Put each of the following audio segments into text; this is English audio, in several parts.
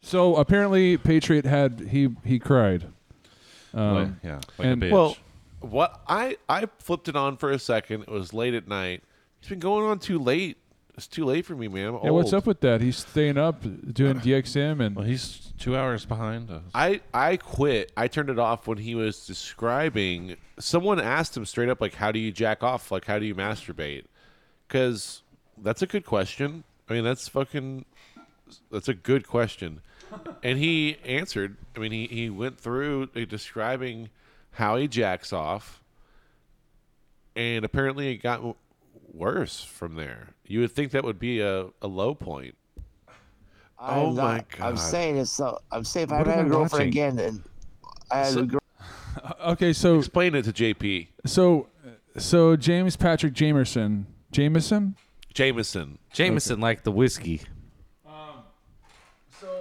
So apparently, Patriot had he he cried. Um, Like- yeah, like and- a bitch. Well, What I I flipped it on for a second. It was late at night. It's been going on too late. It's too late for me, man. I'm Yeah, what's old. up with that? He's staying up doing DXM and Well, he's two hours behind us. I I quit. I turned it off when he was describing. Someone asked him straight up, like, "How do you jack off? Like, how do you masturbate?" Because that's a good question. I mean, that's fucking. That's a good question, and he answered. I mean, he he went through uh, describing how he jacks off, and apparently it got w- worse from there. You would think that would be a, a low point. I'm Oh my not- I'm God. saying it's so. I'm saying if I What am had I a girlfriend watching? again, and I had So- a girl, okay. So Explain it to JP so so James Patrick Jamerson Jameson. Jameson. Jameson like the whiskey. Um,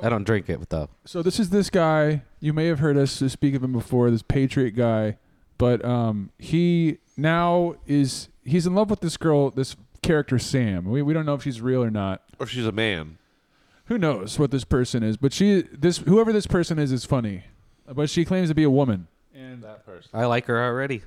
I don't drink it though. So this is this guy. You may have heard us speak of him before. This Patriot guy, but um, he now is he's in love with this girl. This character Sam. We we don't know if she's real or not. Or if she's a man. who knows what this person is, but she this whoever this person is is funny, but she claims to be a woman. I like her already.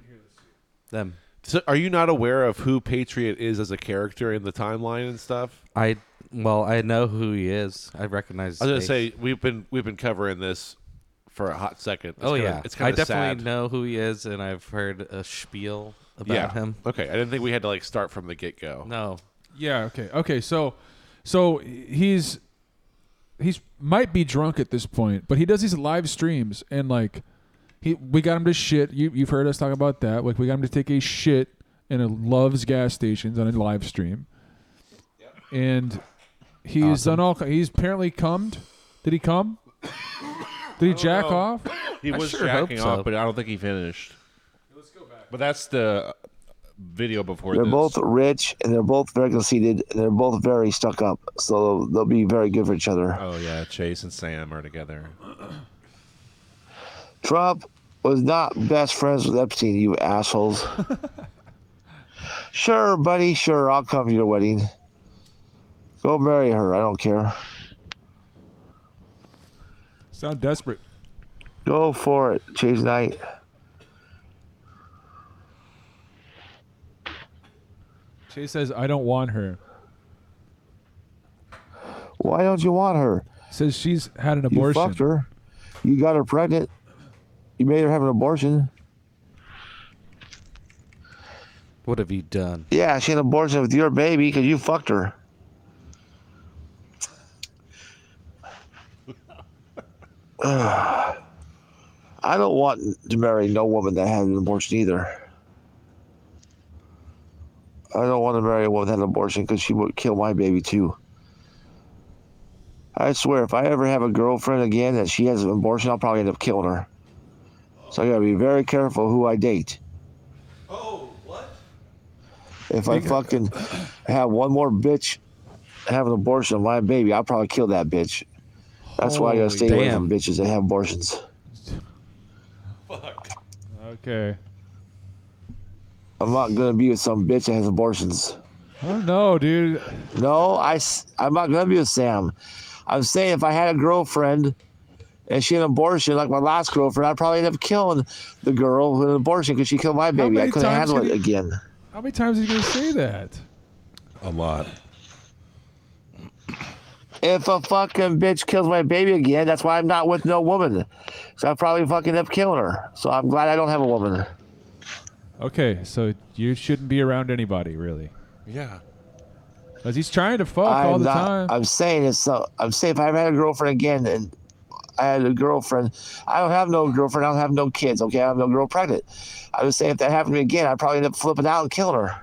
Them. So are you not aware of who Patriot is as a character in the timeline and stuff? I well, I know who he is. I recognize. I was gonna his face. say we've been we've been covering this for a hot second. It's oh kinda- yeah, it's I kind of definitely sad. know who he is, and I've heard a spiel about yeah. him. Okay, I didn't think we had to like start from the get go. No, Yeah. Okay. Okay. So, so he's he's might be drunk at this point, but he does these live streams and like he we got him to shit. You you've heard us talk about that. Like we got him to take a shit in a Love's gas stations on a live stream, and he's done all. He's apparently cummed. Did he cum? Did he jack off? Oh. He I was sure jacking hope off, so. but I don't think he finished. Let's go back. But that's the video before they're this. both rich and they're both very conceited. And they're both very stuck up, so they'll be very good for each other. oh yeah, Chase and Sam are together. Trump was not best friends with Epstein, you assholes. sure, buddy, sure, I'll come to your wedding. Go marry her, I don't care. Sound desperate. Go for it, Chase Knight. Chase says, "I don't want her." Why don't you want her? Says she's had an You abortion. fucked her. You got her pregnant. You made her have an abortion. what have you done? Yeah, she had an abortion with your baby because you fucked her. I don't want to marry no woman that had an abortion either. I don't want to marry a woman that had an abortion because she would kill my baby too. I swear, if I ever have a girlfriend again that she has an abortion, I'll probably end up killing her. So I gotta be very careful who I date. Oh, If I fucking have one more bitch have an abortion on my baby, I'll probably kill that bitch. That's why I gotta Holy stay away damn. from bitches that have abortions. Okay. I'm not gonna be with some bitch that has abortions. I don't know, dude. No, I, am not gonna be with Sam. I'm saying if I had a girlfriend and she had an abortion, like my last girlfriend, I'd probably end up killing the girl with an abortion because she killed my baby. I many couldn't times handle can it you- again. How many times are you gonna say that? A lot. If a fucking bitch kills my baby again, that's why I'm not with no woman. So I'll probably fucking end up killing her. So I'm glad I don't have a woman. Okay, so you shouldn't be around anybody, really, Yeah. because he's trying to fuck I'm all the not, time. I'm saying it's so. I'm saying if I ever had a girlfriend again and I had a girlfriend, I don't have no girlfriend. I don't have no kids. Okay, I have no girl pregnant. I was saying if that happened to me again, I'd probably end up flipping out and killing her.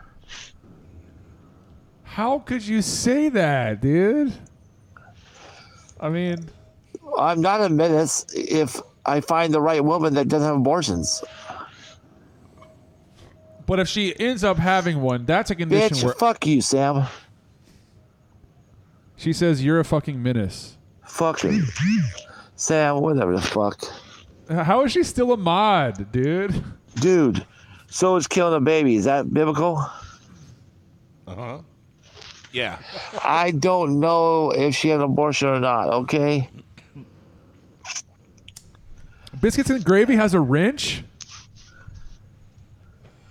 How could you say that, dude? I mean, I'm not a menace if I find the right woman that doesn't have abortions. but if she ends up having one, that's a condition Bitch, where fuck you, Sam. she says you're a fucking menace. Fuck it. Sam, whatever the fuck. How is she still a mod, dude? Dude, so is killing a baby. Is that biblical? Uh huh. Yeah. I don't know if she had an abortion or not, okay? Biscuits and gravy has a wrench.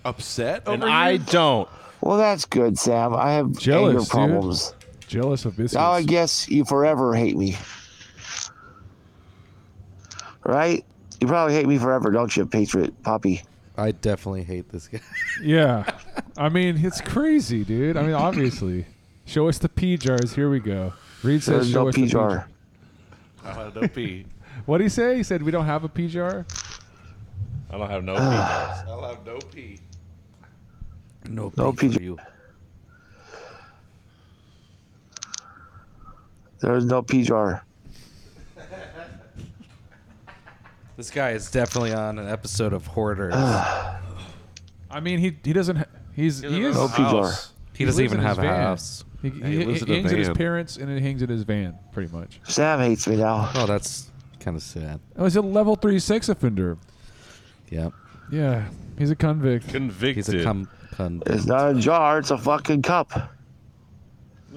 Upset and over I you? don't. Well, that's good, Sam. I have Jealous, anger dude. problems. Jealous of biscuits. Now I guess you forever hate me. Right? You probably hate me forever, don't you, Patriot Poppy? I definitely hate this guy. yeah. I mean, it's crazy, dude. I mean, obviously. Show us the pee jars. Here we go. Reed says, There's "Show no us the P pee jar." jar. Uh, don't be. What did he say? He said we don't have a pee jar. I don't have no. pee. I'll have no pee. No, No pee pee- for you. There's no P jar. This guy is definitely on an episode of Hoarders. I mean, he he doesn't. ha- He's he is. No pee jar. he lives doesn't even in his have a van. house. He, he he- lives he in a hangs at his van. parents and it hangs at his van, pretty much. Sam hates me now. Oh, that's kind of sad. Oh, he's a level three sex offender. Yep. Yeah, he's a convict. Convicted. He's a cum. cum It's not a jar, it's a fucking cup.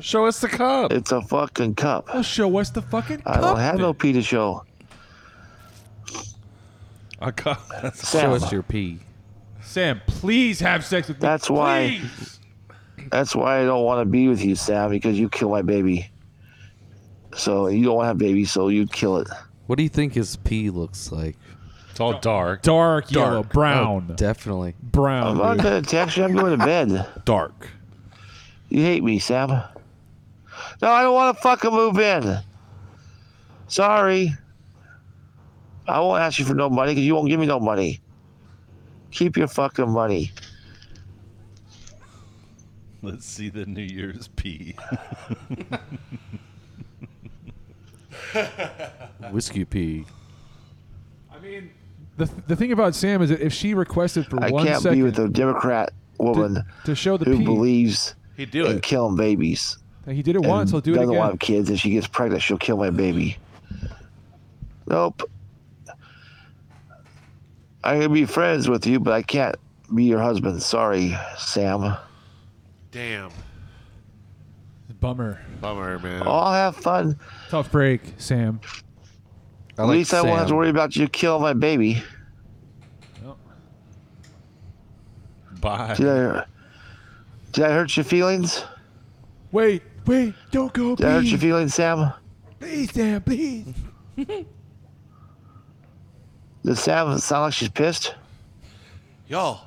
Show us the cup. It's a fucking cup. Well, show us the fucking. I don't cup have then. no pee to show. A cup. That's Show Sam, us your pee. Sam, please have sex with me. That's why- Please. that's why I don't want to be with you, Sam, because you kill my baby. So you don't want to have baby, so you kill it. What do you think his pee looks like? It's all dark. Oh, Dark, yellow, brown, Oh, Definitely. I'm brown. not dude. gonna text you. I'm going to bed. Dark. You hate me, Sam. No, I don't want to fucking move in. Sorry. I won't ask you for no money because you won't give me no money. Keep your fucking money. Let's see the New Year's pee. Whiskey pee. I mean, the the thing about Sam is that if she requested for I one can't second be with a Democrat woman to, to show the who pee, believes He do in it. killing babies. that he did it once, he'll do it doesn't again. want kids. If she gets pregnant, she'll kill my baby. Nope. I can be friends with you, but I can't be your husband. Sorry, Sam. Damn. Bummer. Bummer, man. I'll have fun. Tough break, Sam. I At like least I won't have to Sam. worry about you killing my baby. Did Bye. I, did I hurt your feelings? Wait, wait, don't go, Did I hurt your please, feelings, Sam? please, Sam, please. Does Sam sound like she's pissed? Y'all.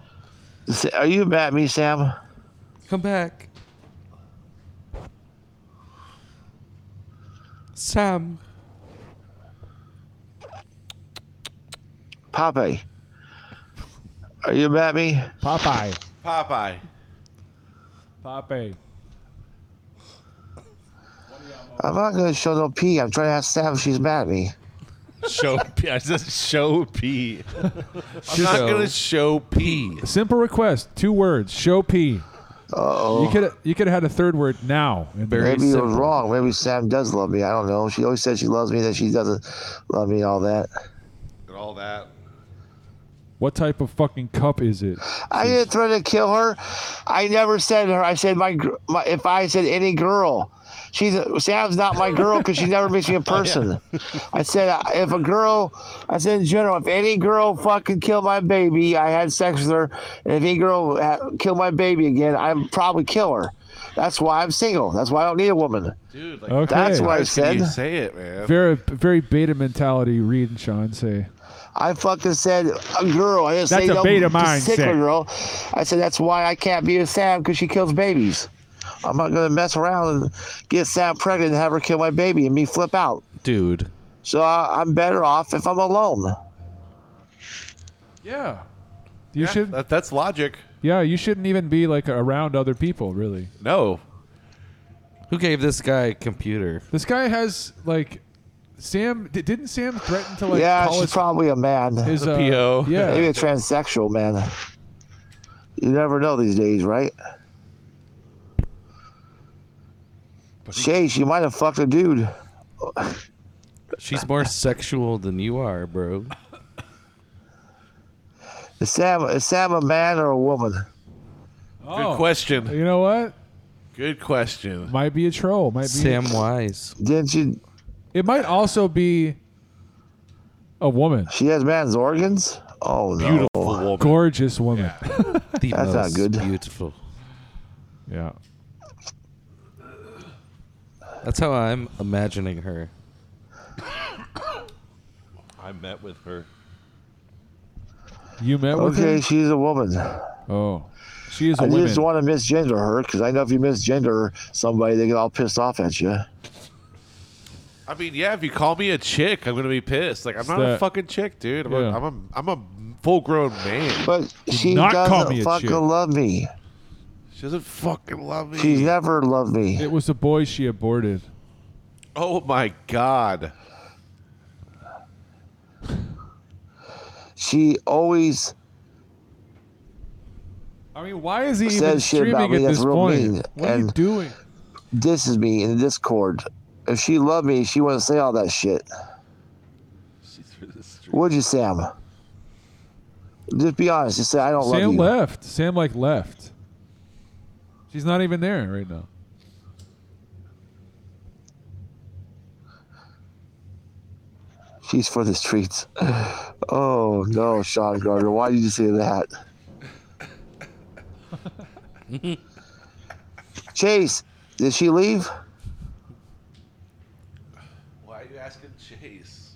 Does Sa- Are you mad at me, Sam? Come back. Sam. Popeye. Are you mad at me? Popeye, Popeye. Popeye. I'm not going to show no pee. I'm trying to ask Sam if she's mad at me. show pee. I said show pee. I'm not gonna show pee. Simple request, two words. Show P. Uh-oh. You could you could have had a third word now. in there. Very Maybe it was simple. wrong. Maybe Sam does love me. I don't know. She always says she loves me, then she doesn't love me and all that. And all that. What type of fucking cup is it? I didn't threaten to kill her. I never said her. I said my, gr- my if I said any girl, she's Sam's not my girl because she never makes me a Oh, person. I said uh, if a girl, I said in general, if any girl fucking killed my baby, I had sex with her, and if any girl ha- killed my baby again, I'd probably kill her. That's why I'm single. That's why I don't need a woman. Dude, like Okay. That's why I guys, can said. you say it, man? Very very beta mentality. Reed and Sean say. I fucking said a girl. I didn't That's say a no beta particular mindset. girl. I said that's why I can't be with Sam because she kills babies. I'm not gonna mess around and get Sam pregnant and have her kill my baby and me flip out. Dude. So I, I'm better off if I'm alone. Yeah. You Yeah, should. that- that's logic. Yeah, you shouldn't even be like around other people. Really, No. Who gave this guy a computer? this guy has like. Sam di- didn't Sam threaten to like yeah, call she's his, probably a man, his uh, PO. maybe Yeah, a transsexual man. You never know these days, right? Shay, she might have fucked a dude. She's more sexual than you are, bro. Is Sam is Sam a man or a woman? Oh. Good question. you know what? Good question. Might be a troll. Might be Sam Wise. Didn't you It might also be A woman, She has man's organs? Oh, no. Beautiful woman. gorgeous woman. The That's not most good. Beautiful. Yeah. That's how I'm imagining her. I met with her. You met with Okay, her? she's a woman. Oh, she is a I woman. just want to misgender her because I know if you misgender somebody, they get all pissed off at you. I mean, yeah, if you call me a chick, I'm gonna be pissed. Like I'm not a that- fucking chick, dude. I'm, Yeah. a, I'm a I'm a full grown man. But she not call me doesn't a fucking chick. love me. She doesn't fucking love me. She's never loved me. it was a boy she aborted. oh my god. She always I mean, why is he even Says shit about streaming me, at that's this real point? mean, What are you and- doing? disses me in Discord. If she loved me, she wouldn't say all that shit. Would you, Sam? Just be honest. Just say I don't love Sam you. left. Sam like left. She's not even there right now. She's for the streets. Oh no, Sean Gardner, why did you say that? Chase, did she leave? Why are you asking Chase?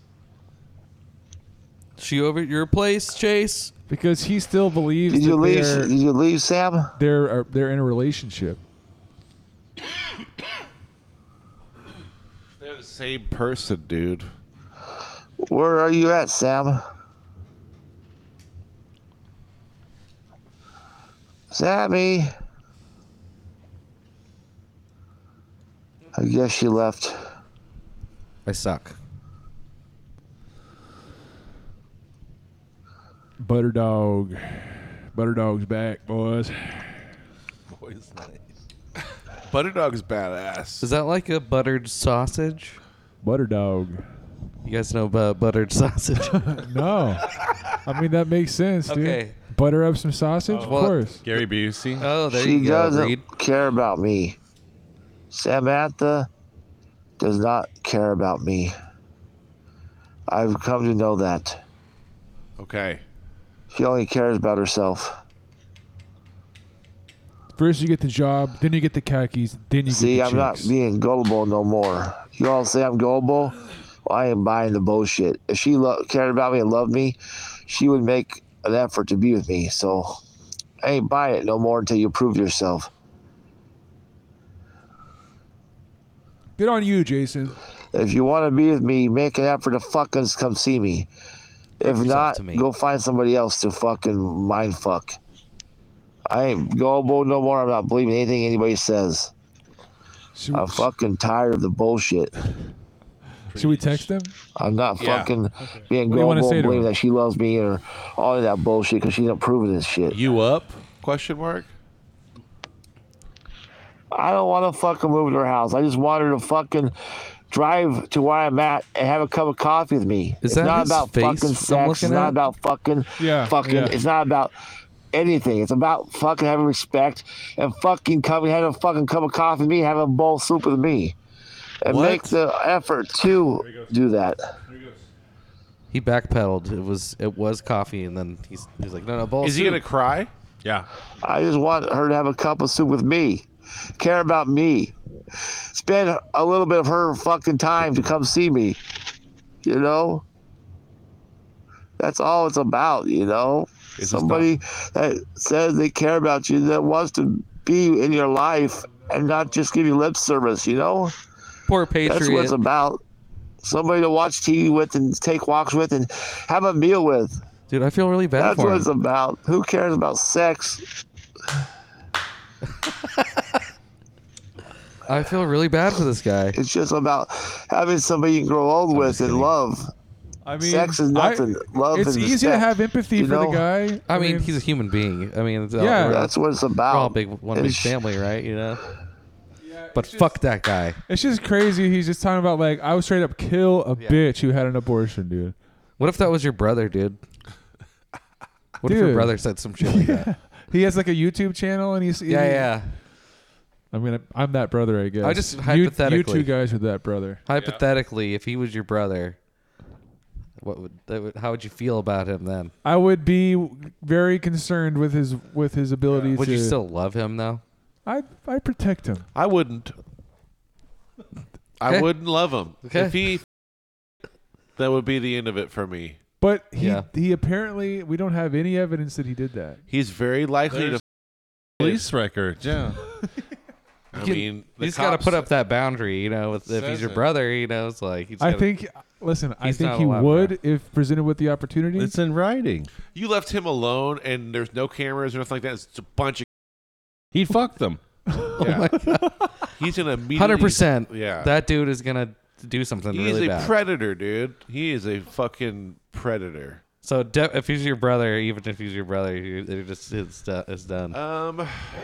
She over at your place, Chase? Because he still believes Did that you leave? they're, Did you leave, Sam? they're are- they're in a relationship. They're the same person, dude. Where are you at, Sam? Sammy. I guess she left. I suck. Butterdog. Butterdog's back, boys. Boys night. Butterdog's badass. Is that like a buttered sausage? Butterdog. You guys know about buttered sausage? No. I mean, that makes sense, dude. Okay. Oh. Butter up some sausage? of well- course. Gary Busey. oh, there she you go. doesn't Reed. care about me. Samantha does not care about me. I've come to know that. Okay. She only cares about herself. First, you get the job, then you get the khakis, then you See, get I'm the not chicks. being gullible no more. You all say I'm gullible? Well, I am buying the bullshit. If she lo- cared about me and loved me, she would make an effort to be with me. So I ain't buying it no more until you prove yourself. Good on you, Jason. If you want to be with me, make an effort to fucking come see me. If not, to me. go find somebody else to fucking mind fuck. I ain't gullible no more. I'm not believing anything anybody says. Should, I'm fucking tired of the bullshit. should we text him? I'm not Yeah. fucking being What do you wanna gullible say and to believing her? that she loves me or all of that bullshit because she's not proving this shit. You up? Question mark. I don't want to fucking move to her house. I just want her to fucking drive to where I'm at and have a cup of coffee with me. Is it's that not his about face fucking I'm sex. It's looking not at? about fucking Yeah, fucking. yeah. It's not about anything. It's about fucking having respect and fucking coming, having a fucking cup of coffee with me, having a bowl of soup with me, and What? make the effort to do that. He backpedaled. It was it was coffee, and then he's he's like, no, no, bowl. Is he gonna cry? Yeah. I just want her to have a cup of soup with me, care about me, spend a little bit of her fucking time to come see me. You know? That's all it's about, you know? It's Somebody that says they care about you, that wants to be in your life and not just give you lip service, you know? poor That's what it's patriot? about. Somebody to watch TV with and take walks with and have a meal with. Dude, I feel really bad That's for what him. it's about. Who cares about sex? I feel really bad for this guy. It's just about having somebody you can grow old with just and kidding. love. I mean, Sex is nothing. I, Love it's is easy to respect, have empathy you for know? the guy. I mean, he's a human being. I mean, it's all- Yeah. we're, all- That's what it's we're all about. big one And big sh- family, right? You know. Yeah, But it's just- fuck that guy. It's just crazy. He's just talking about like I would straight up kill a bitch who had an abortion, dude. What if that was your brother, dude? What if your Dude. brother said some shit like that? He has like a YouTube channel, and he's Yeah, he- yeah. I mean, I'm that brother, I guess. I just You- you hypothetically- two guys are that brother. Hypothetically, if he was your brother, What would, that would how would you feel about him then? I would be very concerned with his with his ability Would to. you still love him though? I I protect him. I wouldn't. I Okay. wouldn't love him Okay. if he. That would be the end of it for me. But he Yeah. he apparently we don't have any evidence that he did that. He's very likely There's- to. Police record. Yeah. I can- mean, the he's got to cops- put up that boundary, you know. With, if Says he's your it. brother, you know, it's like he's I gotta- think. Listen, I He's think not he allowed, would if presented with the opportunity. It's in writing. You left him alone, and there's no cameras or nothing like that. It's just a bunch of. He fucked them. Yeah. he's gonna immediately. Oh hundred percent. Yeah. that dude is gonna do something He's really a bad. predator, dude. He is a fucking predator. so de- if he's your brother, even if he's your brother, you- they're just it's, do- it's done. Um,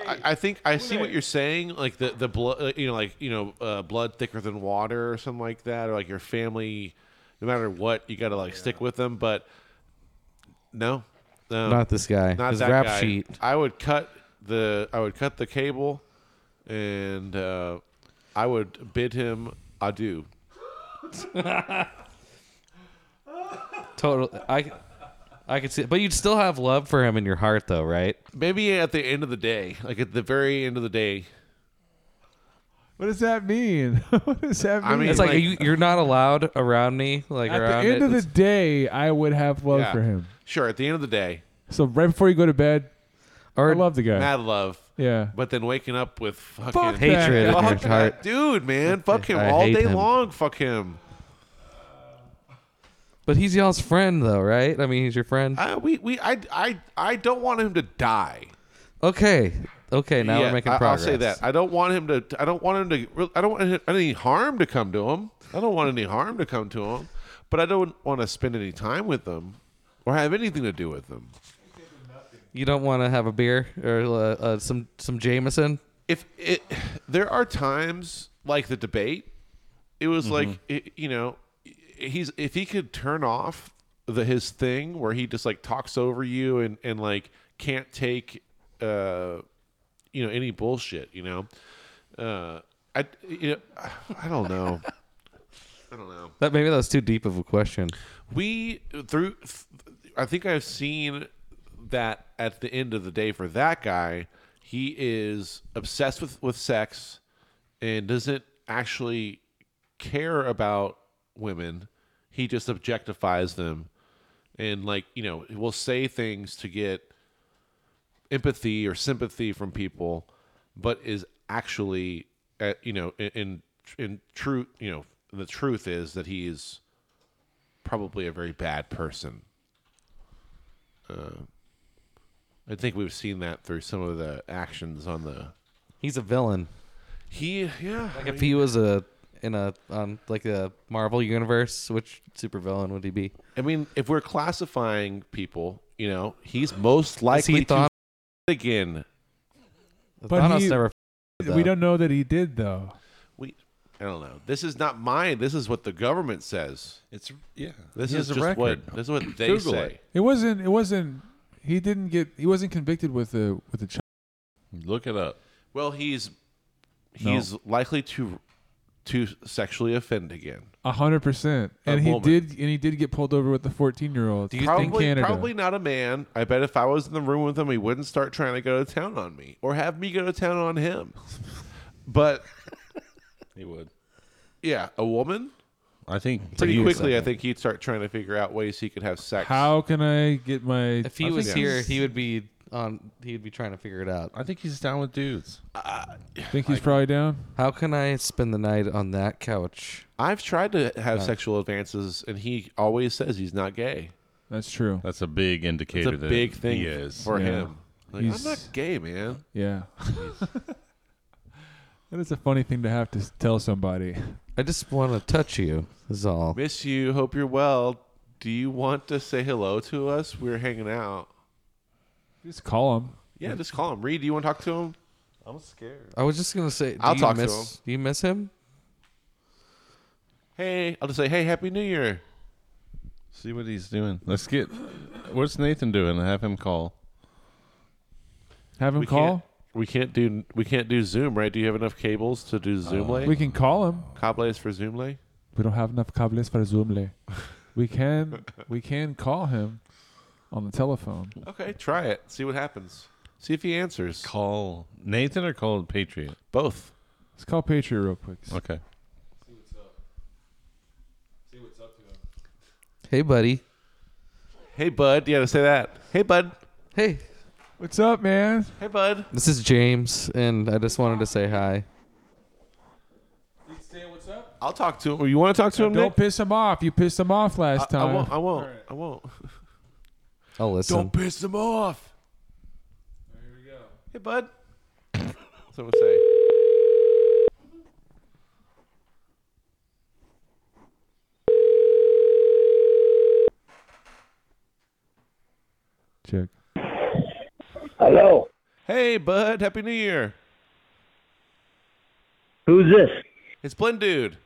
I, I think I see what you're saying. Like the the blood, uh, you know, like you know, uh, blood thicker than water or something like that, or like your family. No matter what, you got to like stick with them. But no, no, Not this guy. not His that rap guy. sheet. I would cut the I would cut the cable, and uh, I would bid him adieu. Total. I I could see, but you'd still have love for him in your heart, though, right? Maybe at the end of the day, like at the very end of the day, what does that mean? what does that mean? I mean, It's like, Like- you, you're not allowed around me, like at the around end it. of the It's- day, I would have love Yeah. for him. sure, at the end of the day, So right before you go to bed, I or love the guy. mad love. yeah. But then waking up with fucking Fuck that hatred in guy. your Fuck heart. that dude, man. Fuck him I all hate day him. long. Fuck him. But he's y'all's friend, though, right? I mean, he's your friend. I, Uh, we, we, I, I, I don't want him to die. Okay, okay. Now Yeah, we're making I, progress. I'll say that. I don't want him to. I don't want him to. I don't want any harm to come to him. I don't want any harm to come to him. But I don't want to spend any time with them or have anything to do with them. You don't want to have a beer or uh, uh, some some Jameson. if it there are times like the debate it was like it, you know he's if he could turn off the his thing where he just like talks over you and and like can't take uh you know any bullshit you know uh i you know i don't know i don't know That maybe that was too deep of a question. we through i think i've seen that at the end of the day for that guy he is obsessed with with sex and doesn't actually care about women he just objectifies them and like you know will say things to get empathy or sympathy from people but is actually uh, you know in in, in truth you know the truth is that he is probably a very bad person. Uh, I think we've seen that through some of the actions on the. He's a villain. He, yeah. I If mean, he was a in a on like a Marvel universe, which super villain would he be? I mean, if we're classifying people, you know, he's most Is he likely to Thanos? again. But Thanos he- never. though. we don't know that he did though. We, I don't know. This is not mine. This is what the government says. It's yeah. This He is has a just record. what this is what they Google say. it. It wasn't. It wasn't. He didn't get. He wasn't convicted with a with a child. Look it up. Well, he's No. he's likely to to sexually offend again. A hundred percent. A And he woman. did. And he did get pulled over with a fourteen year old. Do you in think- probably, Canada? probably not a man. I bet if I was in the room with him, he wouldn't start trying to go to town on me or have me go to town on him. But He would. yeah, a woman. I think Pretty he would. quickly, I think he'd start trying to figure out ways he could have sex. How can I get my? If he I was think here, he's- he would be on. He would be trying to figure it out. I think he's down with dudes. think he's probably down. How can I spend the night on that couch? I've tried to have sexual advances, and he always says he's not gay. That's true. That's a big It's indicator. a that big thing He is. for Yeah. him. Like, I'm He's- not gay, man. Yeah. that is a funny thing to have to s- tell somebody. I just want to touch you. Is all. Miss you. Hope you're well. Do you want to say hello to us? We're hanging out. Just call him. Yeah, just call him. Reed, do you want to talk to him? I'm scared. I was just gonna say. do I'll you talk to miss, Do you miss him? Hey, I'll just say, hey, Happy New Year. See what he's doing. Let's get. What's Nathan doing? Have him call. Have him we call. Can't, we can't do we can't do Zoom, right? Do you have enough cables to do Zoom lay? We can call him. Cables for Zoom lay? We don't have enough cables for Zoom. le. We can we can call him on the telephone. Okay, try it. See what happens. See if he answers. Call Nathan or call Patriot. Both. Let's call Patriot real quick. Okay. Hey, buddy. Hey, bud. You got to say that. Hey, bud. Hey, What's up, man? Hey, bud. this is James, and I just wanted to say hi. what's up? I'll talk to him. Oh, You want to talk to him? Don't Nick? piss him off. You pissed him off last I, I time. won't. I won't. I won't. I'll listen. piss him off. Here we go. Hey, bud. Someone say. Check. Hello. Hey, bud. Happy New Year. Who's this? It's Blend Dude.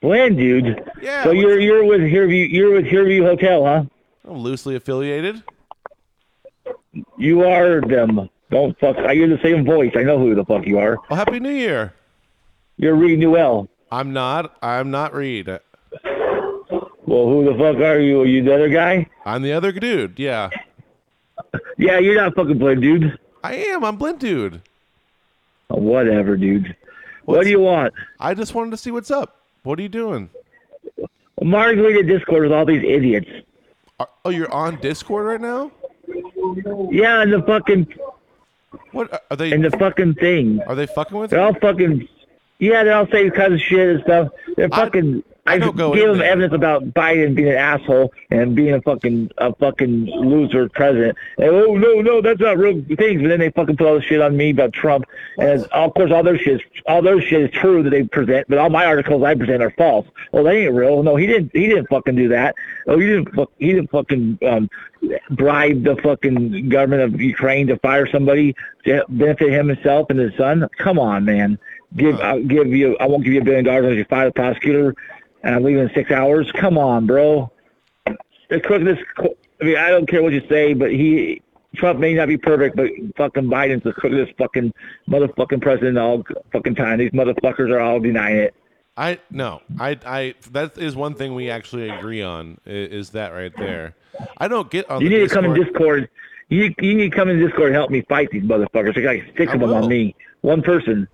Bland dude. Yeah. so what's- you're you're with Herview you're with Herview Hotel, huh? I'm loosely affiliated. You are them. Don't fuck. I hear the same voice. I know who the fuck you are. Well, Happy New Year. You're Reed Newell. I'm not. I'm not Reed. Well, who the fuck are you? Are you the other guy? I'm the other dude. Yeah. Yeah, you're not fucking Bland dude. I am. I'm Blend Dude. Oh, whatever, dude. what What's- do you want? I just wanted to see what's up. What are you doing? Margarita Discord with all these idiots. Are, oh, you're on Discord right now? Yeah, and the fucking What are they? and the fucking thing. Are they fucking with They're you? all fucking. Yeah, they all say kinds of shit and stuff. They're fucking. I I, don't go gave in them there. evidence about Biden being an asshole and being a fucking a fucking loser president. And, oh no, no, that's not real things. But then they fucking put all this shit on me about Trump. And of course, all their shit, is, all their shit is true that they present. But all my articles I present are false. Well, they ain't real. No, he didn't. He didn't fucking do that. Oh, he didn't. Fuck, he didn't fucking um, bribe the fucking government of Ukraine to fire somebody to benefit him himself and his son. Come on, man. Give I'll give you. I won't give you a billion dollars unless you fire the prosecutor, and I'm leaving in six hours. Come on, bro. The crook. This. I mean, I don't care what you say, but he Trump may not be perfect, but fucking Biden's the crookedest fucking motherfucking president all fucking time. These motherfuckers are all denying it. I no. I I that is one thing we actually agree on i- is that right there. I don't get on. You the need to Discord. come in Discord. You you need to come in Discord and help me fight these motherfuckers. They got six I of them will. on me. One person.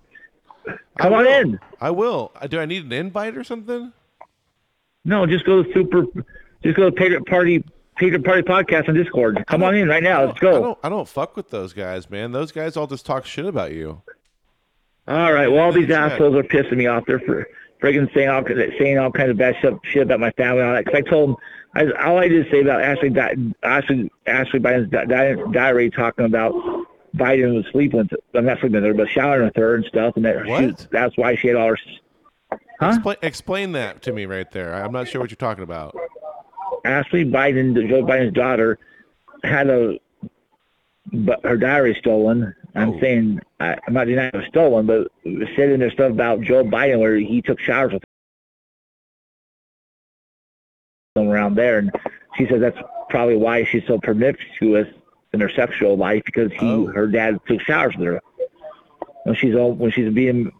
I Come on will. in. I will. I- Do I need an invite or something? No, just go to super. Just go to Patriot Party Patriot Party podcast on Discord. Come on in right now. Let's I go. don't. I don't fuck with those guys, man. Those guys all just talk shit about you. All right. Well, all these That's right. assholes are pissing me off. They're for friggin' saying all saying all kinds of bad stuff, shit about my family and all that. 'Cause I told them, I, all I did say about Ashley, Di- Ashley, Ashley Biden's di- di- diary talking about Biden was sleeping with, I'm not sleeping with her, but showering with her and stuff, and that she, What? that's why she had all her. s- Huh? Expla- explain that to me right there. I- I'm not sure what you're talking about. Ashley Biden, Joe Biden's daughter, had a but her diary stolen. I'm Oh. saying I, I'm not denying it was stolen, but it said in there stuff about Joe Biden where he took showers with them around there, and she says that's probably why she's so promiscuous in her sexual life because he Oh. her dad took showers with her when she's all when she's being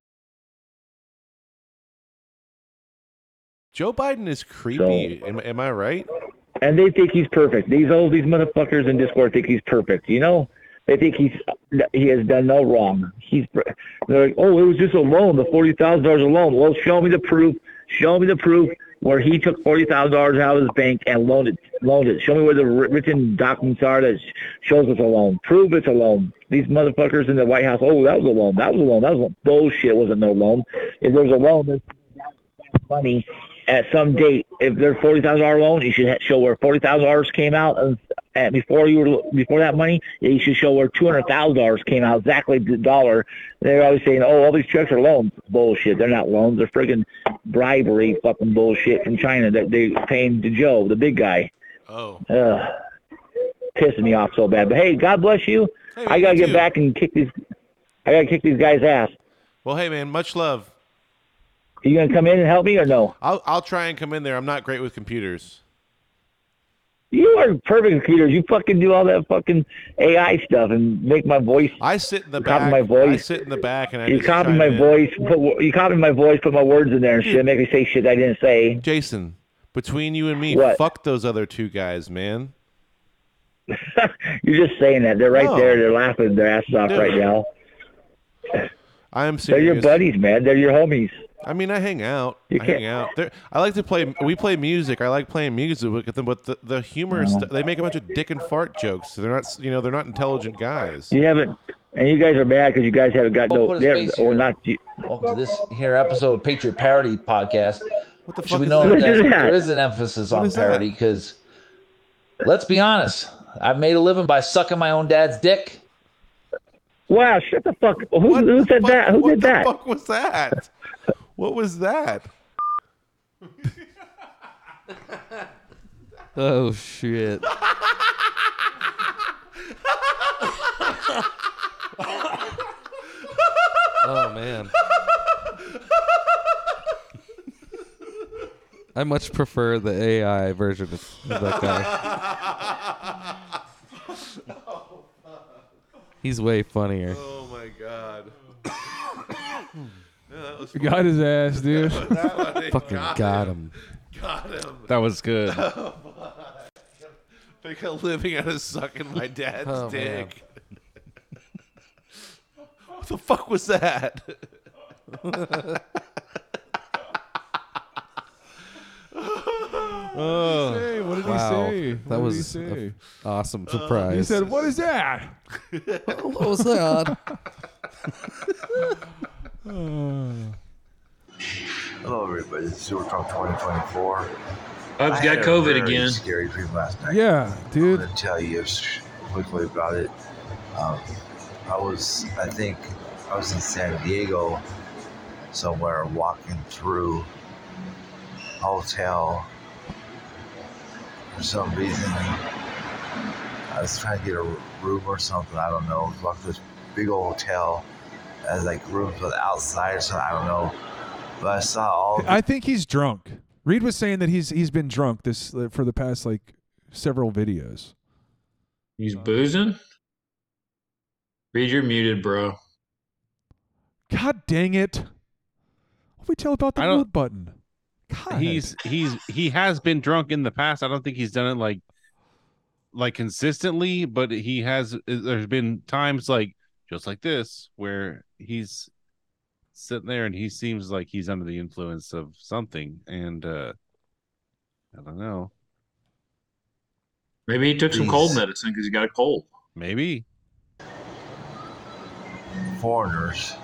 Joe Biden is creepy. Am, am I right? and they think he's perfect. These all these motherfuckers in Discord think he's perfect. You know, they think he's he has done no wrong. He's they're like, oh, it was just a loan, the forty thousand dollars a loan. Well, show me the proof. Show me the proof where he took forty thousand dollars out of his bank and loaned it. Loaned it. Show me where the wri- written documents are that shows it's a loan. Prove it's a loan. These motherfuckers in the White House. Oh, that was a loan. That was a loan. That was a loan. bullshit. Wasn't no loan. If there was a loan, there's money at some date. If they're forty thousand dollar loan, you should ha- show where forty thousand dollars came out, and, and before you were before that money, you should show where two hundred thousand dollars came out exactly the dollar. They're always saying, "Oh, all these checks are loans." Bullshit. They're not loans. They're friggin' bribery, fucking bullshit from China that they paying to Joe, the big guy. Oh, Ugh. Pissing me off so bad. But hey, God bless you. Hey, I gotta you get too. back and kick these. I gotta kick these guys' ass. well, hey, man. Much love. Are you gonna come in and help me or no? I'll I'll try and come in there. I'm not great with computers. You are perfect computers. You fucking do all that fucking AI stuff and make my voice. I sit in the You back. copy my voice. I sit in the back and I You just copy chime my in. voice. Put, wo- you copy my voice. Put my words in there and shit. Make me say shit I didn't say. Jason, Between you and me, What? fuck those other two guys, man. You're just saying that. They're right No. there. They're laughing their asses off No. right now. I am They're serious. your buddies, man. They're your homies. I mean, I hang out. You I can't- hang out. There, I like to play. We play music. I like playing music with them, but the, the humor is st- they make a bunch of dick and fart jokes. So they're not, s- you know, they're not intelligent guys. You haven't, and you guys are mad because you guys haven't got Well, no. put a They're, space or here. not. You, Welcome to this here episode of Patriot Parody Podcast. What the fuck Should we is know that? that What is that? there is an emphasis on is that? parody? Because let's be honest, I've made a living by sucking my own dad's dick. wow! Shut the fuck. Who, What who the said fuck- that? Who what did the that? fuck was that? What was that? Oh shit. oh man. I much prefer the AI version of that guy. He's way funnier. Oh my god! Got his ass, dude. Fucking got him. Got him. Oh, That was good. Make a living out of sucking my dad's Oh, man. dick. what the fuck was that? Hey, what did Wow. he say? That What did was he a- say? Awesome Uh, he surprise. said, "What is that?" what was that? Hello, everybody. This is Super Talk 2024. I've I Oh, got had a COVID very again. Scary dream last night. Yeah, I'm dude. gonna tell you quickly about it. Um, I was, I think, I was in San Diego somewhere, walking through a hotel. For some reason, I was trying to get a room or something. I don't know. Walked this big old hotel, as like rooms with outside or something. I don't know. But I saw all. I think he's drunk. Reed was saying that he's he's been drunk this uh, for the past like several videos. Oh. He's boozing. Reed, you're muted, bro. God dang it! What we tell about the I don't- mute button? God, he's he's he has been drunk in the past. I don't think he's done it like like consistently, but he has. There's been times like just like this where he's sitting there and he seems like he's under the influence of something, and uh I don't know, Maybe he took some Jeez. cold medicine because he got a cold. maybe. foreigners,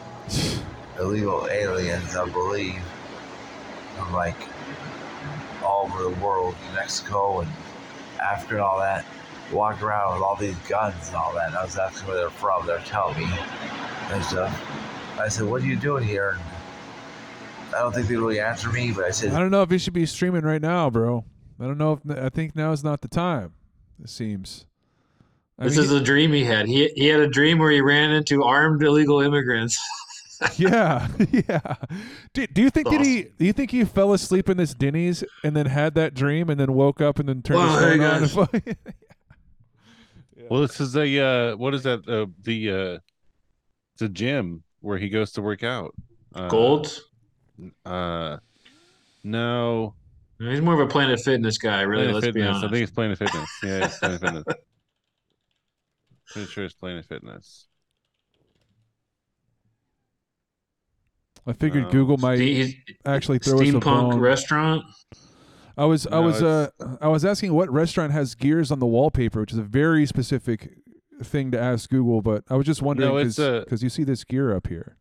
illegal aliens, I believe, from like all over the world, Mexico and Africa and all that, walking around with all these guns and all that. And I was asking where they're from. They're telling me and stuff. I said, "What are you doing here?" And I don't think they really answered me, but I said, I don't know if he should be streaming right now, bro. I don't know if I think now is not the time. It seems. I This mean, is a dream he had. He he had a dream where he ran into armed illegal immigrants. yeah, yeah. Do, do you think that he? Do you think he fell asleep in this Denny's and then had that dream and then woke up and then turned Wow, his phone hey, on? and guys. fucking- Well, this is a uh, what is that? Uh, the uh, it's a gym where he goes to work out. Uh, Golds. Uh, no, He's more of a Planet Fitness guy, really. Planet let's be Fitness. honest. I think it's Planet Fitness. Yeah, it's Planet Fitness. Pretty sure it's Planet Fitness. I figured Oh. Google might Ste- he's- actually throw us a steampunk bone. restaurant. I was I No, was uh, I was asking what restaurant has gears on the wallpaper, which is a very specific thing to ask Google. But I was just wondering No, it's because a- you see this gear up here.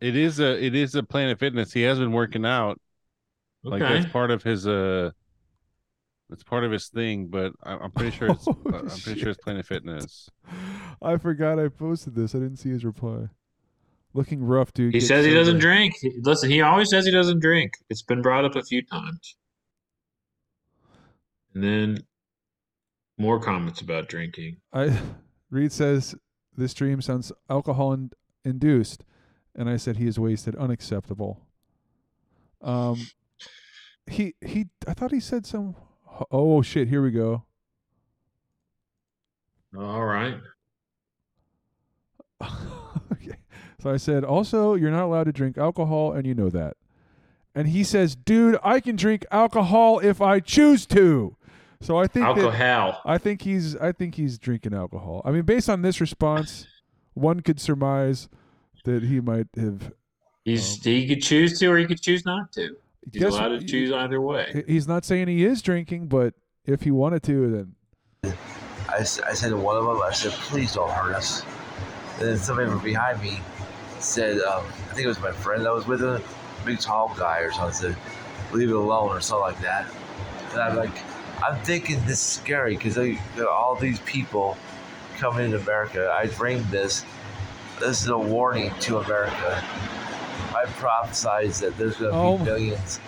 It is a it is a Planet Fitness. He has been working out. Like Okay. that's part of his uh, that's part of his thing. But I, I'm pretty sure it's Holy I'm pretty sure it's Planet Fitness. I forgot I posted this. I didn't see his reply. Looking rough, dude. He Get says he doesn't sober. drink. He- Listen, he always says he doesn't drink. It's been brought up a few times. And then more comments about drinking. I Reed says this dream sounds alcohol in- induced, and I said he is wasted. Unacceptable. Um, he he. I thought he said some. Oh shit! Here we go. All right. okay. So I said, also, you're not allowed to drink alcohol, and you know that. and he says, "Dude, I can drink alcohol if I choose to." So I think that- Alcohol. I think he's I think he's drinking alcohol. I mean, based on this response, one could surmise that he might have. He's he could choose to or he could choose not to. He's Guess- allowed to choose either way. he- He's not saying he is drinking, but if he wanted to, then I, s- I said to one of them, I said, please don't hurt us. And then somebody from behind me said, um, I think it was my friend that was with him, big tall guy or something, said, leave it alone or something like that. And I'm like, I'm thinking this is scary because all these people coming into America. I framed this. This is a warning to America. I prophesied that there's going to Oh. be millions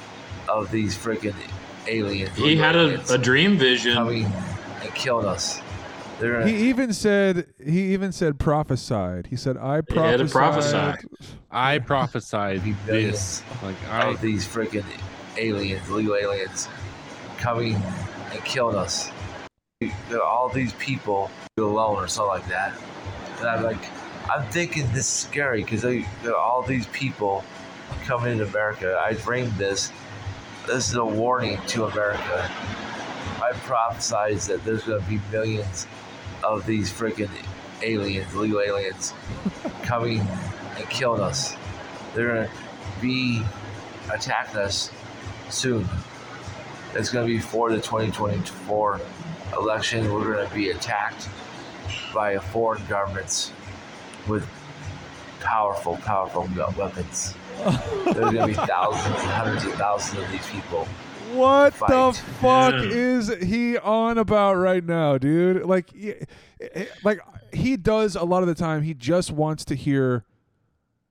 of these freaking aliens. He had aliens a, a dream vision. coming and killed us. They're gonna, he even said he even said prophesied. He said, "I He had to prophesied." prophesy. I prophesied this. Like I of these freaking aliens, legal aliens, coming and killing us. There are all these people alone or something like that. And I'm like, I'm thinking this is scary because there are all these people coming into America. I framed this. This is a warning to America. I prophesied that there's going to be millions of these freaking aliens, legal aliens, coming and killing us. They're going to be attacking us soon. It's going to be for the 2024 election. We're going to be attacked by foreign governments with powerful, powerful gu- weapons. There's going to be thousands and hundreds of thousands of these people. What the Fight. fuck Yeah. is he on about right now, dude? Like, y- eh, like he does a lot of the time. He just wants to hear.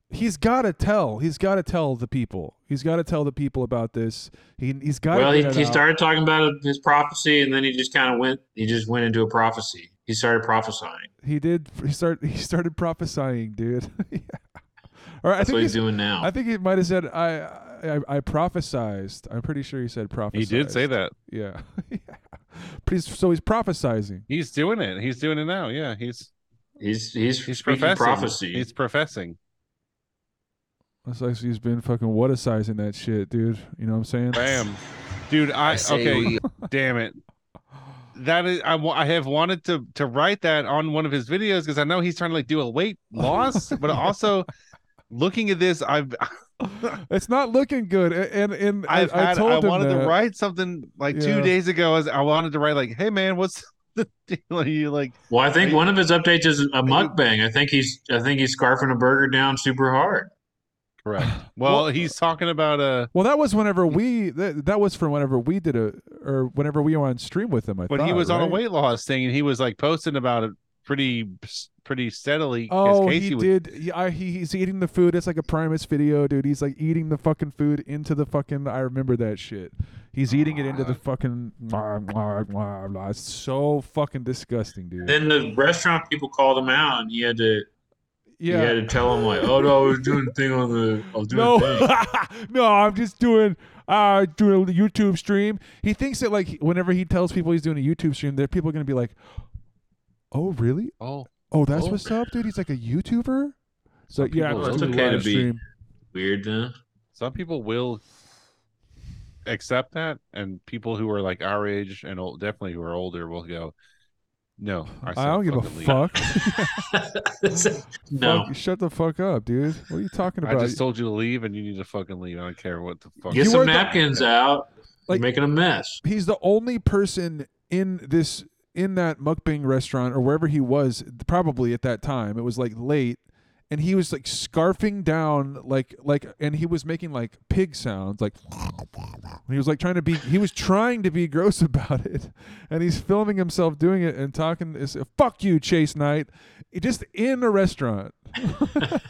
He's got to tell. He's got to tell the people. He's got to tell the people about this. He he's got. Well, to he, he started talking about his prophecy, and then he just kind of went. He just went into a prophecy. He started prophesying. He did. He started. He started prophesying, dude. yeah. All right. I That's think what he's he's- doing now. I think he might have said I. I, I prophesized. I'm pretty sure he said prophesized. he did say that. Yeah. yeah. But he's, so he's prophesizing. He's doing it. He's doing it now. Yeah, he's he's he's, he's speaking professing. prophecy. He's professing. That's like he's been fucking whatasizing that shit, dude. You know what I'm saying? Bam, dude. I, I say okay. we- damn it. That is, I, wa- I have wanted to to write that on one of his videos because I know he's trying to like do a weight loss, but also looking at this, I've It's not looking good. A- And and I, I've I had, told I him wanted that. to write something like Yeah. two days ago. As I wanted to write like, hey man, what's the deal? Are you like well, I think one of his updates is a mukbang. I think he's I think he's scarfing a burger down super hard. correct? Well, he's talking about uh Well, that was whenever we that, that was from whenever we did a or whenever we were on stream with him. I when thought he was on a right? weight loss thing and he was like posting about it pretty pretty steadily. 'cause Oh, Casey he was- did. He, I, he, he's eating the food. It's like a Primus video, dude. He's like eating the fucking food into the fucking. I remember that shit. He's eating it into the fucking. Blah, blah, blah, blah. It's so fucking disgusting, dude. Then the restaurant people called him out, and he had to yeah. he had to tell him like, "Oh no, I was doing a thing on the I was doing a thing." no, no, I'm just doing uh doing a YouTube stream. He thinks that like whenever he tells people he's doing a YouTube stream, there people are gonna be like, "Oh, really? Oh, Oh, that's Oh. what's up, dude. He's like a YouTuber." So yeah, I'm people- just Well, it's doing a okay live to be- stream. Weird, huh? some people will accept that, and people who are like our age and old, definitely who are older, will go. No, I don't give a fucking leave." fuck. no, Fuck- Shut the fuck up, dude. What are you talking I about? just told you to leave, and you need to fucking leave. I don't care what the fuck. get You some are the- napkins out. Like- You're making a mess. he's the only person in this in that mukbang restaurant or wherever he was probably at that time it was like late and he was like scarfing down like like and he was making like pig sounds like and he was like trying to be he was trying to be gross about it and he's filming himself doing it and talking is fuck you chase knight It- just in a restaurant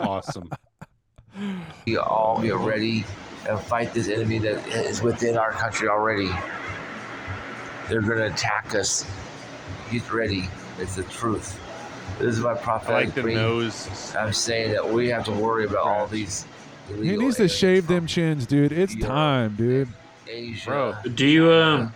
awesome. We all get ready and fight this enemy that is within our country already. They're going to attack us. Get ready. It's the truth. This is my I prophetic like the dream. nose. I'm saying that we have to worry about all these. he illegal needs to aliens shave from them chins dude it's Yeah. time dude Asia. Bro. Do you um?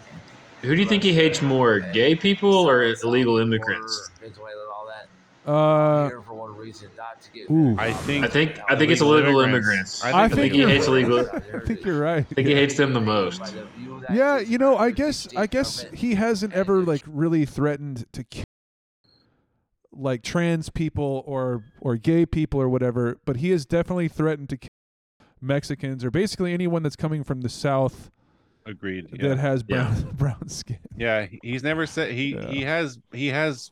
Who do you think he hates more, gay people or illegal immigrants? Venezuela and all that. Uh, here for one reason, not to get. um, ooh. I think I think I think it's illegal immigrants. I I think, think he you're- hates illegal. I I think you're right. think he hates them the most. Yeah, you know, I guess I guess he hasn't ever like really threatened to kill like trans people or or gay people or whatever, but he has definitely threatened to kill Mexicans or basically anyone that's coming from the south agreed. Yeah. that has brown brown skin. Yeah, he- he's never said he Yeah. he has he has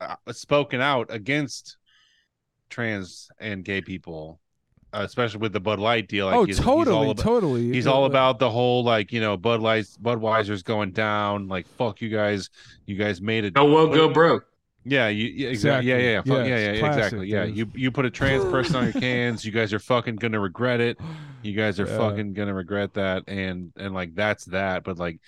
uh, spoken out against trans and gay people, uh, especially with the Bud Light deal. Like oh, he's, totally, He's all, about, totally. he's all about the whole like you know Bud Light's Budweiser's going down. Like fuck you guys, you guys made it. Go woke, go broke. Yeah, you yeah, exactly. Yeah, Exactly. yeah, yeah, fuck, Yeah, yeah, yeah, it's yeah, classic, exactly. Yeah, dude. you you put a trans person on your cans. You guys are fucking gonna regret it. You guys are Yeah. fucking gonna regret that. And and like that's that. But like,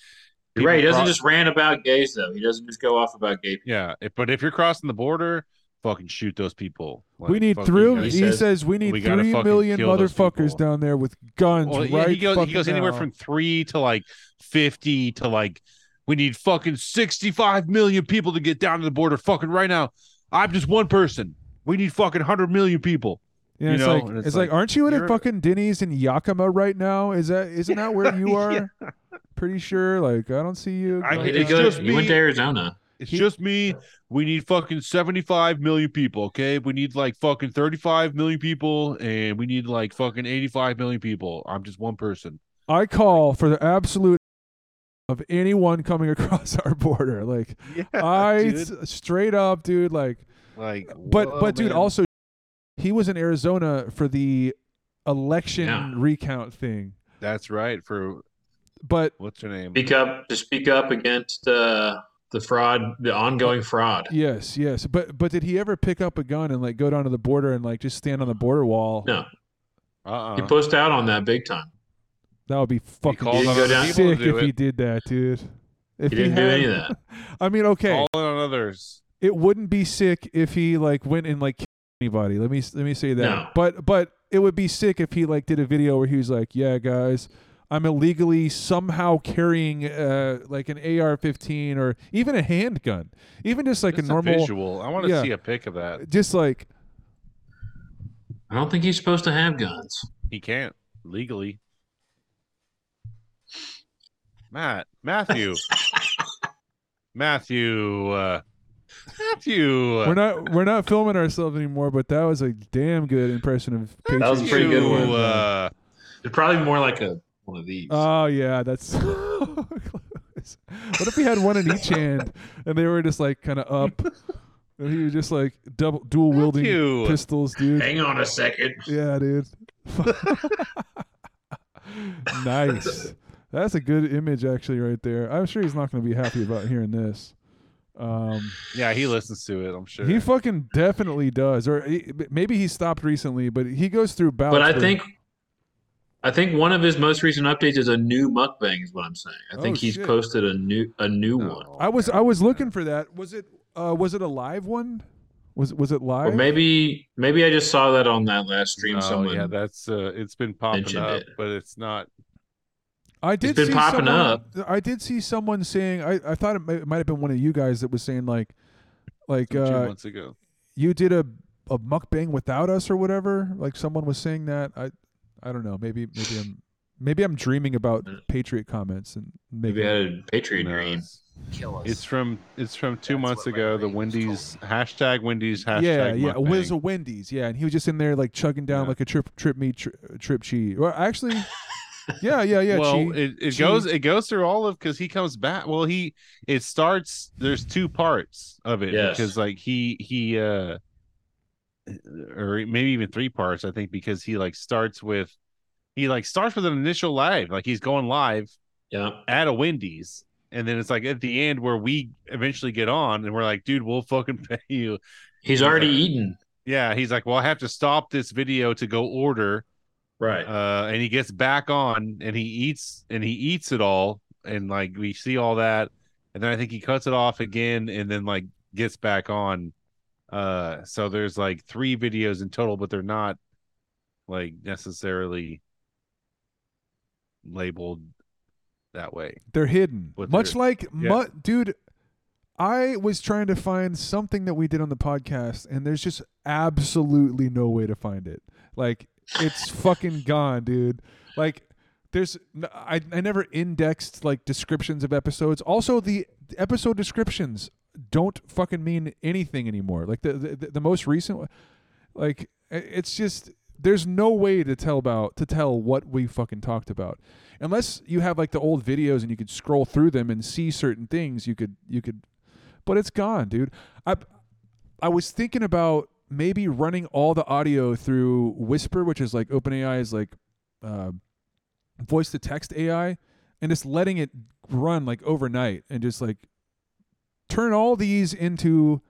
You're right. He people doesn't cro- just rant about gays though. He doesn't just go off about gay people. Yeah, if, but if you're crossing the border, fucking shoot those people. we Like, need fucking- through. yeah, He he says, says, we need "We gotta three fucking million kill those motherfuckers people." down there with guns well, right yeah, he goes, he fucking goes anywhere now. from three to like fifty to like we need fucking sixty-five million people to get down to the border fucking right now. I'm just one person. We need fucking hundred million people. Yeah, you it's know, like and it's, it's like, like, aren't you at a you're- fucking Denny's in Yakima right now? Is that isn't that where you are? Pretty sure. Like I don't see you. I going can- He, It's down. goes, just he went me- to Arizona. It's He- just me. We need fucking 75 million people, okay? We need like fucking 35 million people and we need like fucking 85 million people. I'm just one person. I call for the absolute of anyone coming across our border. Like Yeah, I s- straight up, dude. Like, like but whoa, but dude, man. also he was in Arizona for the election Yeah. recount thing. That's right for But what's her name? Speak up to speak up against uh, the fraud, the ongoing fraud. yes, yes. But but did he ever pick up a gun and like go down to the border and like just stand on the border wall? No. He Uh-uh. pushed out on that big time. That would be fucking calls on other people to sick do if he it. did that, dude. If He didn't do had- any of that. I mean, okay, All in on others. it wouldn't be sick if he like went and like killed anybody. Let me let me say that. No. But but it would be sick if he like did a video where he was like, "Yeah, guys, I'm illegally somehow carrying uh like an AR-15 or even a handgun, even just like Just a normal, visual. I want to yeah. see a pic of that. just like I don't think he's supposed to have guns. He can't legally. Matt, Matthew, Matthew, uh, Matthew. uh, we're not we're not filming ourselves anymore." But that was a damn good impression of. That was a pretty good Matthew, one. Uh, It's probably more like a one of these. Oh yeah, that's so close. What if he had one in each hand and they were just like kind of up? And he was just like double dual wielding Matthew. pistols, dude. Hang on a second. Yeah, dude. nice. That's a good image actually right there. I'm sure he's not going to be happy about hearing this. Um yeah, he listens to it. I'm sure. he fucking definitely does or he, maybe he stopped recently, but he goes through bouts. But I where- think I think one of his most recent updates is a new mukbang is what I'm saying. I think Oh, he's shit. posted a new a new one. I was I was looking for that. Was it uh was it a live one? Was was it live? Or maybe maybe I just saw that on that last stream No, someone Oh, yeah, that's uh, it's been popping mentioned up, it. but it's not. I did been see popping someone, up. I did see someone saying. I, I thought it might, it might have been one of you guys that was saying like, like Two uh, months ago, you did a a mukbang without us or whatever. Like someone was saying that. I I don't know. Maybe maybe I'm maybe I'm dreaming Uh, about Patriot comments and maybe. maybe I had a Patreon No, dream. it's- It's from it's from two That's months what my ago. The brain was Wendy's hashtag Wendy's hashtag. yeah, yeah, mukbang. Wiz of Wendy's. Yeah, and he was just in there like chugging down Yeah. like a trip, trip meat, tri- trip cheese. Well, actually, yeah, yeah, yeah. well, chi. it, it Chi. goes it goes through all of because he comes back. Well, he it starts. There's two parts of it Yes. because like he he uh or maybe even three parts I think because he like starts with he like starts with an initial live like he's going live Yeah. at a Wendy's. And then it's like at the end where we eventually get on and we're like, dude, we'll fucking pay you. He's already eaten. Yeah. He's like, well, I have to stop this video to go order. Right. Uh, and he gets back on and he eats and he eats it all. And like we see all that. And then I think he cuts it off again and then like gets back on. Uh, so there's like three videos in total, but they're not like necessarily labeled that way. They're hidden. What Much they're- like, mu- yeah. dude, I was trying to find something that we did on the podcast, and there's just absolutely no way to find it. Like it's fucking gone, dude. Like there's n- I I never indexed like descriptions of episodes. Also, the episode descriptions don't fucking mean anything anymore. Like the the, the most recent, one- like i- it's just there's no way to tell about to tell what we fucking talked about unless you have like the old videos and you could scroll through them and see certain things you could you could but it's gone dude i i was thinking about maybe running all the audio through whisper which is like openai's like uh, voice to text ai and just letting it run like overnight and just like turn all these into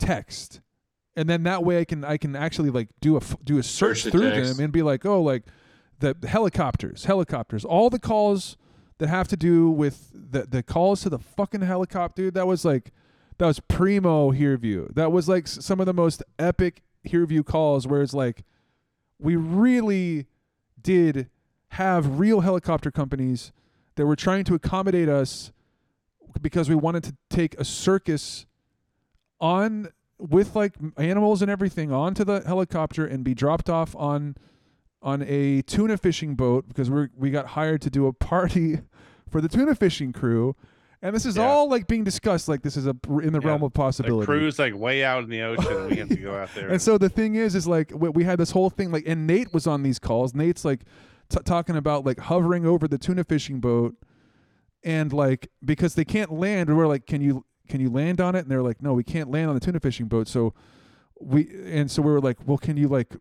text and then that way i can i can actually like do a f- do a search Search the through text. them and be like oh like the helicopters helicopters all the calls that have to do with the the calls to the fucking helicopter dude that was like that was primo here view that was like s- some of the most epic here view calls where it's like we really did have real helicopter companies that were trying to accommodate us because we wanted to take a circus on with like animals and everything onto the helicopter and be dropped off on on a tuna fishing boat because we we got hired to do a party for the tuna fishing crew and this is Yeah. all like being discussed like this is a in the Yeah. realm of The possibility crew's like way out in the ocean. We have to go out there. and so the thing is, is like we, we had this whole thing, like, and Nate was on these calls. Nate's like t- talking about like hovering over the tuna fishing boat, and like because they can't land, we're like, can you can you land on it? And they're like, no, we can't land on the tuna fishing boat. So we and so we were like, well, can you like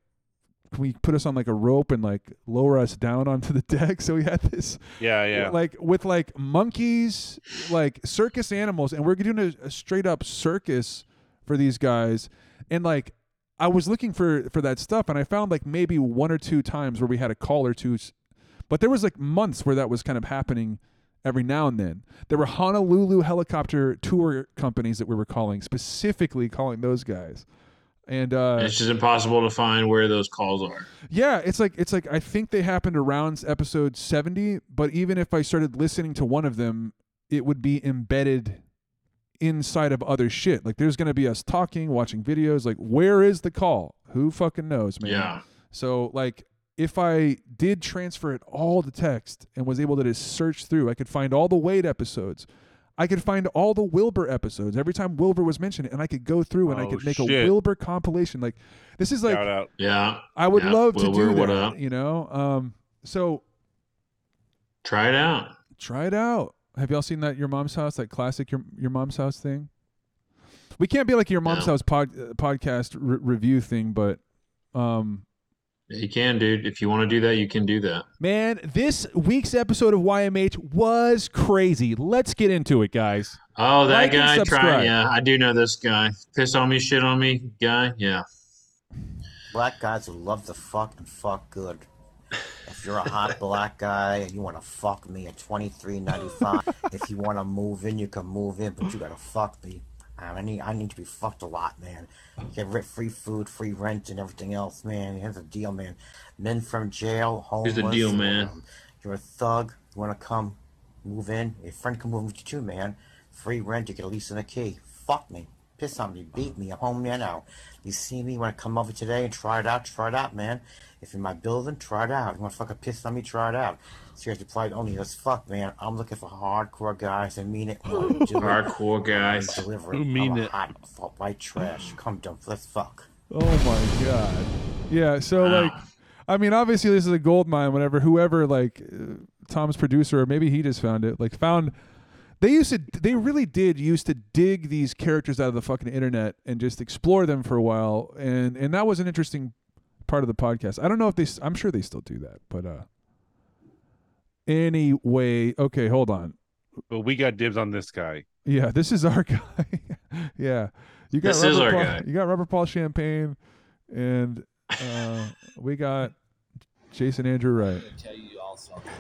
can we put us on like a rope and like lower us down onto the deck? So we had this yeah, yeah. like with like monkeys, like circus animals, and we're doing a, a straight up circus for these guys. And like, I was looking for for that stuff, and I found like maybe one or two times where we had a call or two, s- but there was like months where that was kind of happening every now and then. There were Honolulu helicopter tour companies that we were calling specifically calling those guys, and uh, it's just impossible to find where those calls are. yeah, it's like it's like I think they happened around episode 70, but even if I started listening to one of them, it would be embedded inside of other shit. Like there's going to be us talking, watching videos, like where is the call? Who fucking knows, man. Yeah. So like if I did transfer it all to text and was able to just search through, I could find all the Wade episodes. I could find all the Wilbur episodes every time Wilbur was mentioned, and I could go through and I Oh, could make a shit. Wilbur compilation. Like this is like Shout out. Yeah. I would Yeah, love to Wilbur, do what that. up? You know, um, so Try it out. try it out. Have y'all seen that your mom's house, that classic your your mom's house thing? We can't be like your mom's No. house pod, uh, podcast re- review thing, but um, You can, dude. If you want to do that, you can do that. man, this week's episode of YMH was crazy. Let's get into it, guys. Oh, that Like and guy subscribe. tried. Yeah, I do know this guy. Piss on me, shit on me, guy. Yeah. Black guys who love to fuck and fuck good. If you're a hot black guy and you want to fuck me at 23.95, if you want to move in, you can move in, but you gotta fuck me. I need I need to be fucked a lot, man. Get ri- free food, free rent, and everything else, man. Here's the deal, man. Men from jail, homeless. the deal, man. um, You're a thug. You want to come, move in. Your friend can move with you too, man. Free rent. You get a lease and a key. Fuck me. Piss on me. Beat me. I'm home there now. You see me? You want to come over today and try it out? Try it out, man. If you're in my building, try it out. You want to fucking piss on me? Try it out. Seriously, plight only as fuck, man. I'm looking for hardcore guys that mean it. want to do it. Hardcore guys. Delivery. Who mean I'm a it? Hot f- white trash. Come dump. Let's fuck. Oh my god. Yeah. So Wow. like, I mean, obviously this is a gold mine. Whenever whoever like uh, Tom's producer or maybe he just found it, like found they used to they really did used to dig these characters out of the fucking internet and just explore them for a while, and and that was an interesting part of the podcast. I don't know if they s- I'm sure they still do that, but uh. Anyway, okay, hold on. But we got dibs on this guy. Yeah, this is our guy. yeah, you got This Robert is our Paul, guy. You got Robert Paul Champagne, and uh, we got Jason Andrew Wright. tell you all something.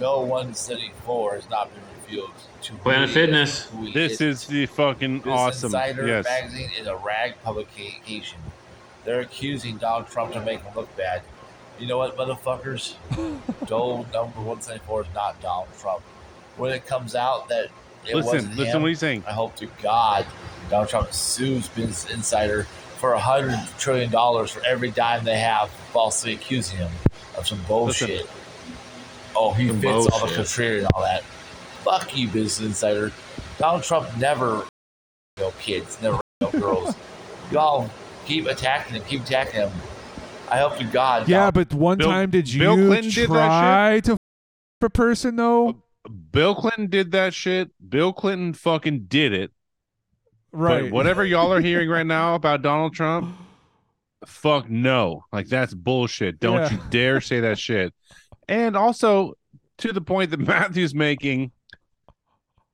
No one sitting four has not been revealed to Planet me Fitness. who he This is the fucking This awesome. Insider Yes. magazine is a rag publication. They're accusing Donald Trump to make him look bad. You know what, motherfuckers? Dole number 174 is not Donald Trump. When it comes out that it Listen, wasn't listen, him. what he's saying. I hope to God Donald Trump sues Business Insider for a hundred trillion dollars for every dime they have falsely accusing him of some bullshit. Oh, he Some fits all the bullshit. contrarian and all that. Fuck you, Business Insider. Donald Trump never no kids, never no girls. Y'all keep attacking him, keep attacking him. I hope to God. Yeah, but one Bill- time did you Bill Clinton did that shit? try to f- a person though? Bill Clinton did that shit. Bill Clinton fucking did it. Right. But whatever y'all are hearing right now about Donald Trump, fuck no. Like that's bullshit. Don't Yeah. you dare say that shit. And also to the point that Matthew's making,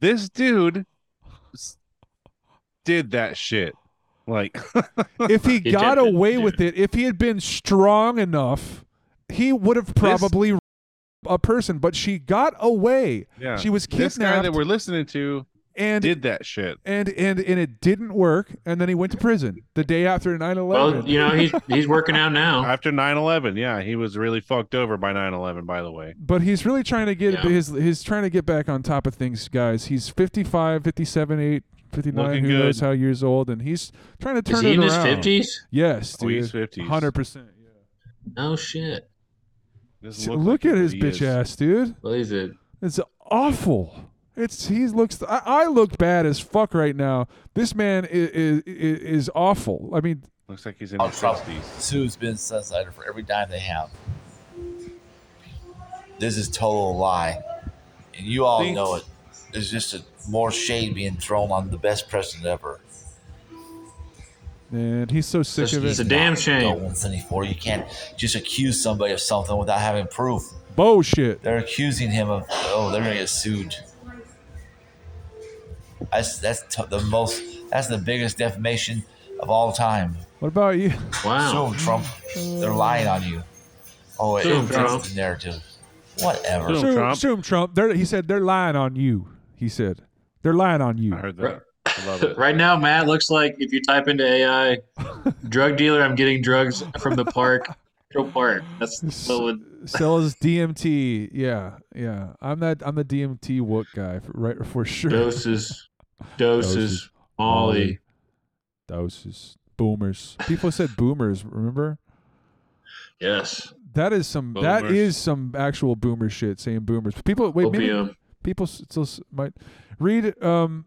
this dude s- did that shit. Like if he He got did it, away with it, if he had been strong enough, he would have probably r- a person. But she got away. yeah. She was This guy kidnapped, that we're listening to and did that shit. and and and it didn't work. And then he went to prison the day after 9-11. he's working out now. After 9/11, yeah, he was really fucked over by 9/11 by the way. But he's really trying to get Yeah. his he's trying to get back on top of things, guys. He's 55, 57, 8, 59, Looking who knows good. how years old, and he's trying to turn Is he it in his around. 50s? Yes, Oh, dude. he's 50s. 100%. Oh shit! Doesn't Look, like at it, his but he is. bitch ass, dude. Well, he's a It's awful. It's he looks. I, I look bad as fuck right now. This man is is, is awful. I mean, Looks like he's in Donald his Trump 60s. sues Business Insider for every dime they have. This is total lie, and you all Thanks. know it. There's just a, more shade being thrown on the best president ever. and he's so sick of it. One seventy-four. You can't just accuse somebody of something without having proof. Bullshit. They're accusing him of. Oh, they're gonna get sued. That's that's t- the most. That's the biggest defamation of all time. What about you? Sue 'em, Trump. They're lying on you. Oh, it Sue 'em, fits Trump. the narrative. Whatever. Sue, sue him, Trump. They're, he said they're lying on you. He said they're lying on you. I heard that. I love it. right now, Matt looks like if you type into AI drug dealer, I'm getting drugs from the park. Central Park. That's what would- Sells DMT. Yeah, yeah. I'm that. I'm the DMT what guy for, right for sure. Doses. Doses. Molly. Doses. Boomers. People said boomers. Remember? yes. That is some. That Boomers. is some actual boomer shit. Saying boomers. People wait. Maybe Opium. people s- still s- might read. Um,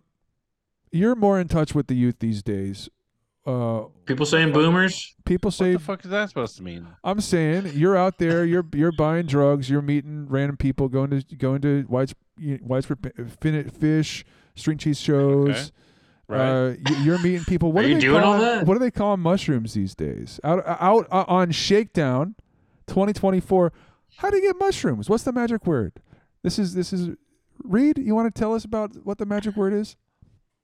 you're more in touch with the youth these days. Uh, People saying boomers. people say. What the fuck is that supposed to mean? I'm saying you're out there. You're you're buying drugs. You're meeting random people. Going to going to White's you- White's for fin- fish string cheese shows. Uh, Right. you- you're meeting people. What Are do you they doing call all that? What do they call mushrooms these days? Out out uh, on Shakedown, 2024. How do you get mushrooms? What's the magic word? This is this is. Reed, you want to tell us about what the magic word is?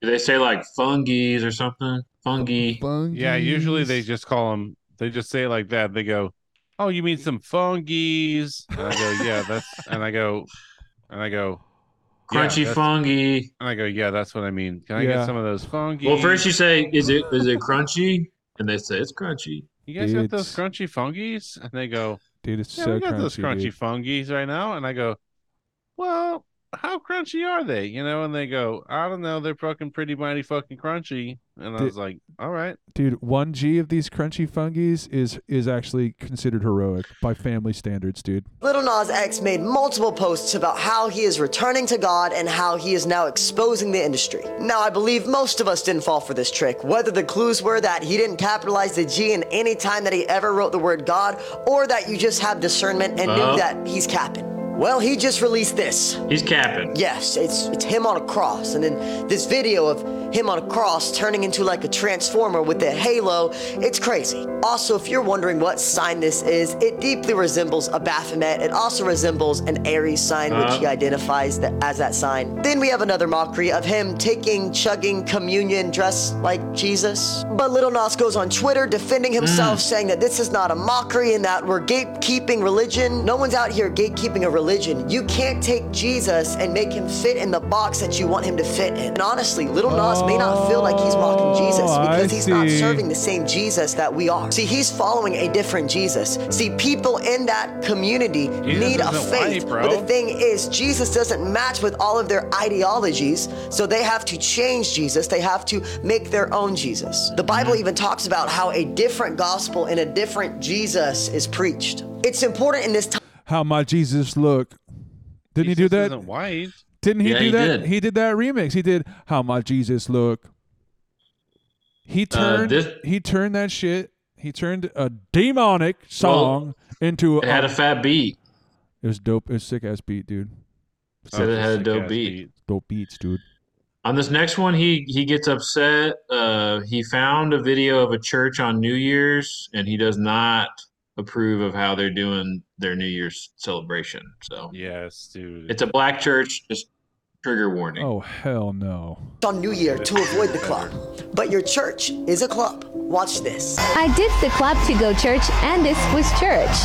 Do they say like fungies or something? Fungi. Yeah, usually they just call them. They just say it like that. They go, "Oh, you mean some fungies?" And I go, "Yeah, that's." And I go, and I go, "Yeah, Crunchy that's-" fungi. And I go, "Yeah, that's what I mean. Can I Yeah. get some of those fungies?" Well, first you say, "Is it is it crunchy?" And they say, "It's crunchy." "You guys got those crunchy fungies?" And they go, Dude, it's "Yeah, so we got those crunchy, crunchy dude." fungies right now." And I go, "Well." How crunchy are they? You know, and they go, I don't know, they're fucking pretty mighty fucking crunchy. And I Did- was like, all right. Dude, one G of these crunchy fungies is is actually considered heroic by family standards, dude. Little Nas X made multiple posts about how he is returning to God and how he is now exposing the industry. Now, I believe most of us didn't fall for this trick, whether the clues were that he didn't capitalize the G in any time that he ever wrote the word God, or that you just have discernment and Uh-huh. knew that he's capping. Well, he just released this. He's capping. Yes, it's it's him on a cross, and then this video of him on a cross turning into like a transformer with a halo. It's crazy. Also, if you're wondering what sign this is, it deeply resembles a Baphomet. It also resembles an Aries sign, Uh. which he identifies that, as that sign. Then we have another mockery of him taking, chugging communion dressed like Jesus. But Little Nas goes on Twitter defending Mm. himself, saying that this is not a mockery and that we're gatekeeping religion. No one's out here gatekeeping a religion religion, you can't take Jesus and make him fit in the box that you want him to fit in. And honestly, little Nas may not feel like he's mocking Jesus Oh, I because he's not see. serving the same Jesus that we are. See, he's following a different Jesus. See, people in that community need a isn't faith, white, bro. but the thing is, Jesus doesn't match with all of their ideologies, so they have to change Jesus. They have to make their own Jesus. The Bible even talks about how a different gospel and a different Jesus is preached. It's important in this time. How my Jesus look? Didn't he do that? Isn't white. Didn't he Yeah, do he that? did. He did that remix. He did how my Jesus look. He turned Uh, this- he turned that shit. He turned a demonic song into It had a fat beat. It was dope. It was sick ass beat, dude. Oh, Said it had a dope beat. Dope beats, dude. On this next one, he he gets upset. Uh, he found a video of a church on New Year's, and he does not approve of how they're doing their New Year's celebration. So yes, dude, it's a black church. Just trigger warning. Oh hell no. on New Year to avoid the club. But your church is a club. Watch this. I did the club to go church, and this was church.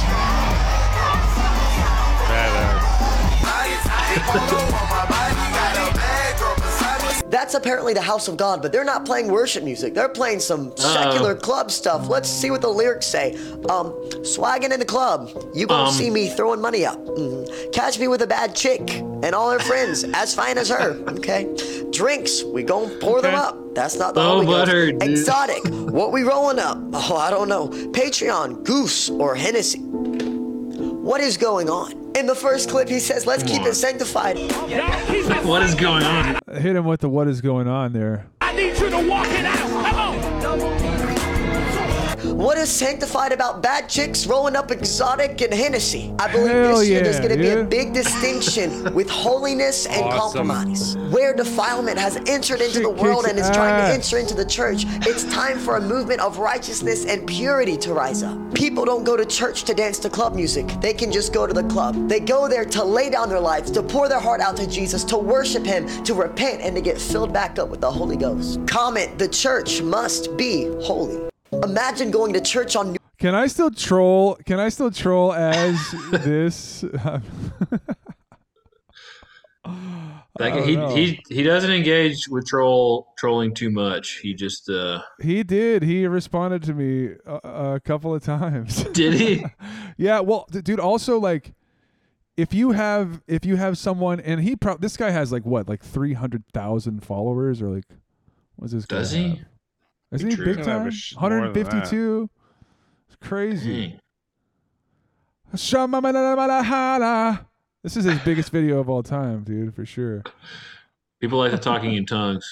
That's apparently the house of God, but they're not playing worship music. They're playing Oh. some secular club stuff. Let's see what the lyrics say. Um, swagging in the club. You gonna Um. see me throwing money up. Mhm. Catch me with a bad chick and all her friends as fine as her. Okay. Drinks. We gonna pour them Okay. up. That's not the Low Holy Ghost. butter, dude. Exotic. what we rolling up? Oh, I don't know. Patreon, Goose, or Hennessy. What is going on? In the first clip, he says, "Let's keep it sanctified." What is going on? Hit him with the what is going on there. I need you to walk it out. What is sanctified about bad chicks rolling up exotic and Hennessy? I believe Hell this year yeah, there's going to be a dude. big distinction with holiness and Awesome. compromise. Where defilement has entered into the world kicks and is trying to ass. enter into the church, it's time for a movement of righteousness and purity to rise up. People don't go to church to dance to club music. They can just go to the club. They go there to lay down their lives, to pour their heart out to Jesus, to worship Him, to repent, and to get filled back up with the Holy Ghost. Comment: The church must be holy. Imagine going to church on New Can I still troll? Can I still troll as this? Like I don't he, know. he he doesn't engage with troll trolling too much. He just uh He did. He responded to me a, a couple of times. Did he? yeah. Well, d- dude. Also, like, if you have if you have someone, and he pro- this guy has like what, like three hundred thousand followers, or like, what's this? guy Does he? have? Isn't he True. big Gotta have a time? sh- more One than hundred fifty-two. It's crazy. Shamamalamalahara. This is his biggest video of all time, dude, for sure. people like the talking in tongues.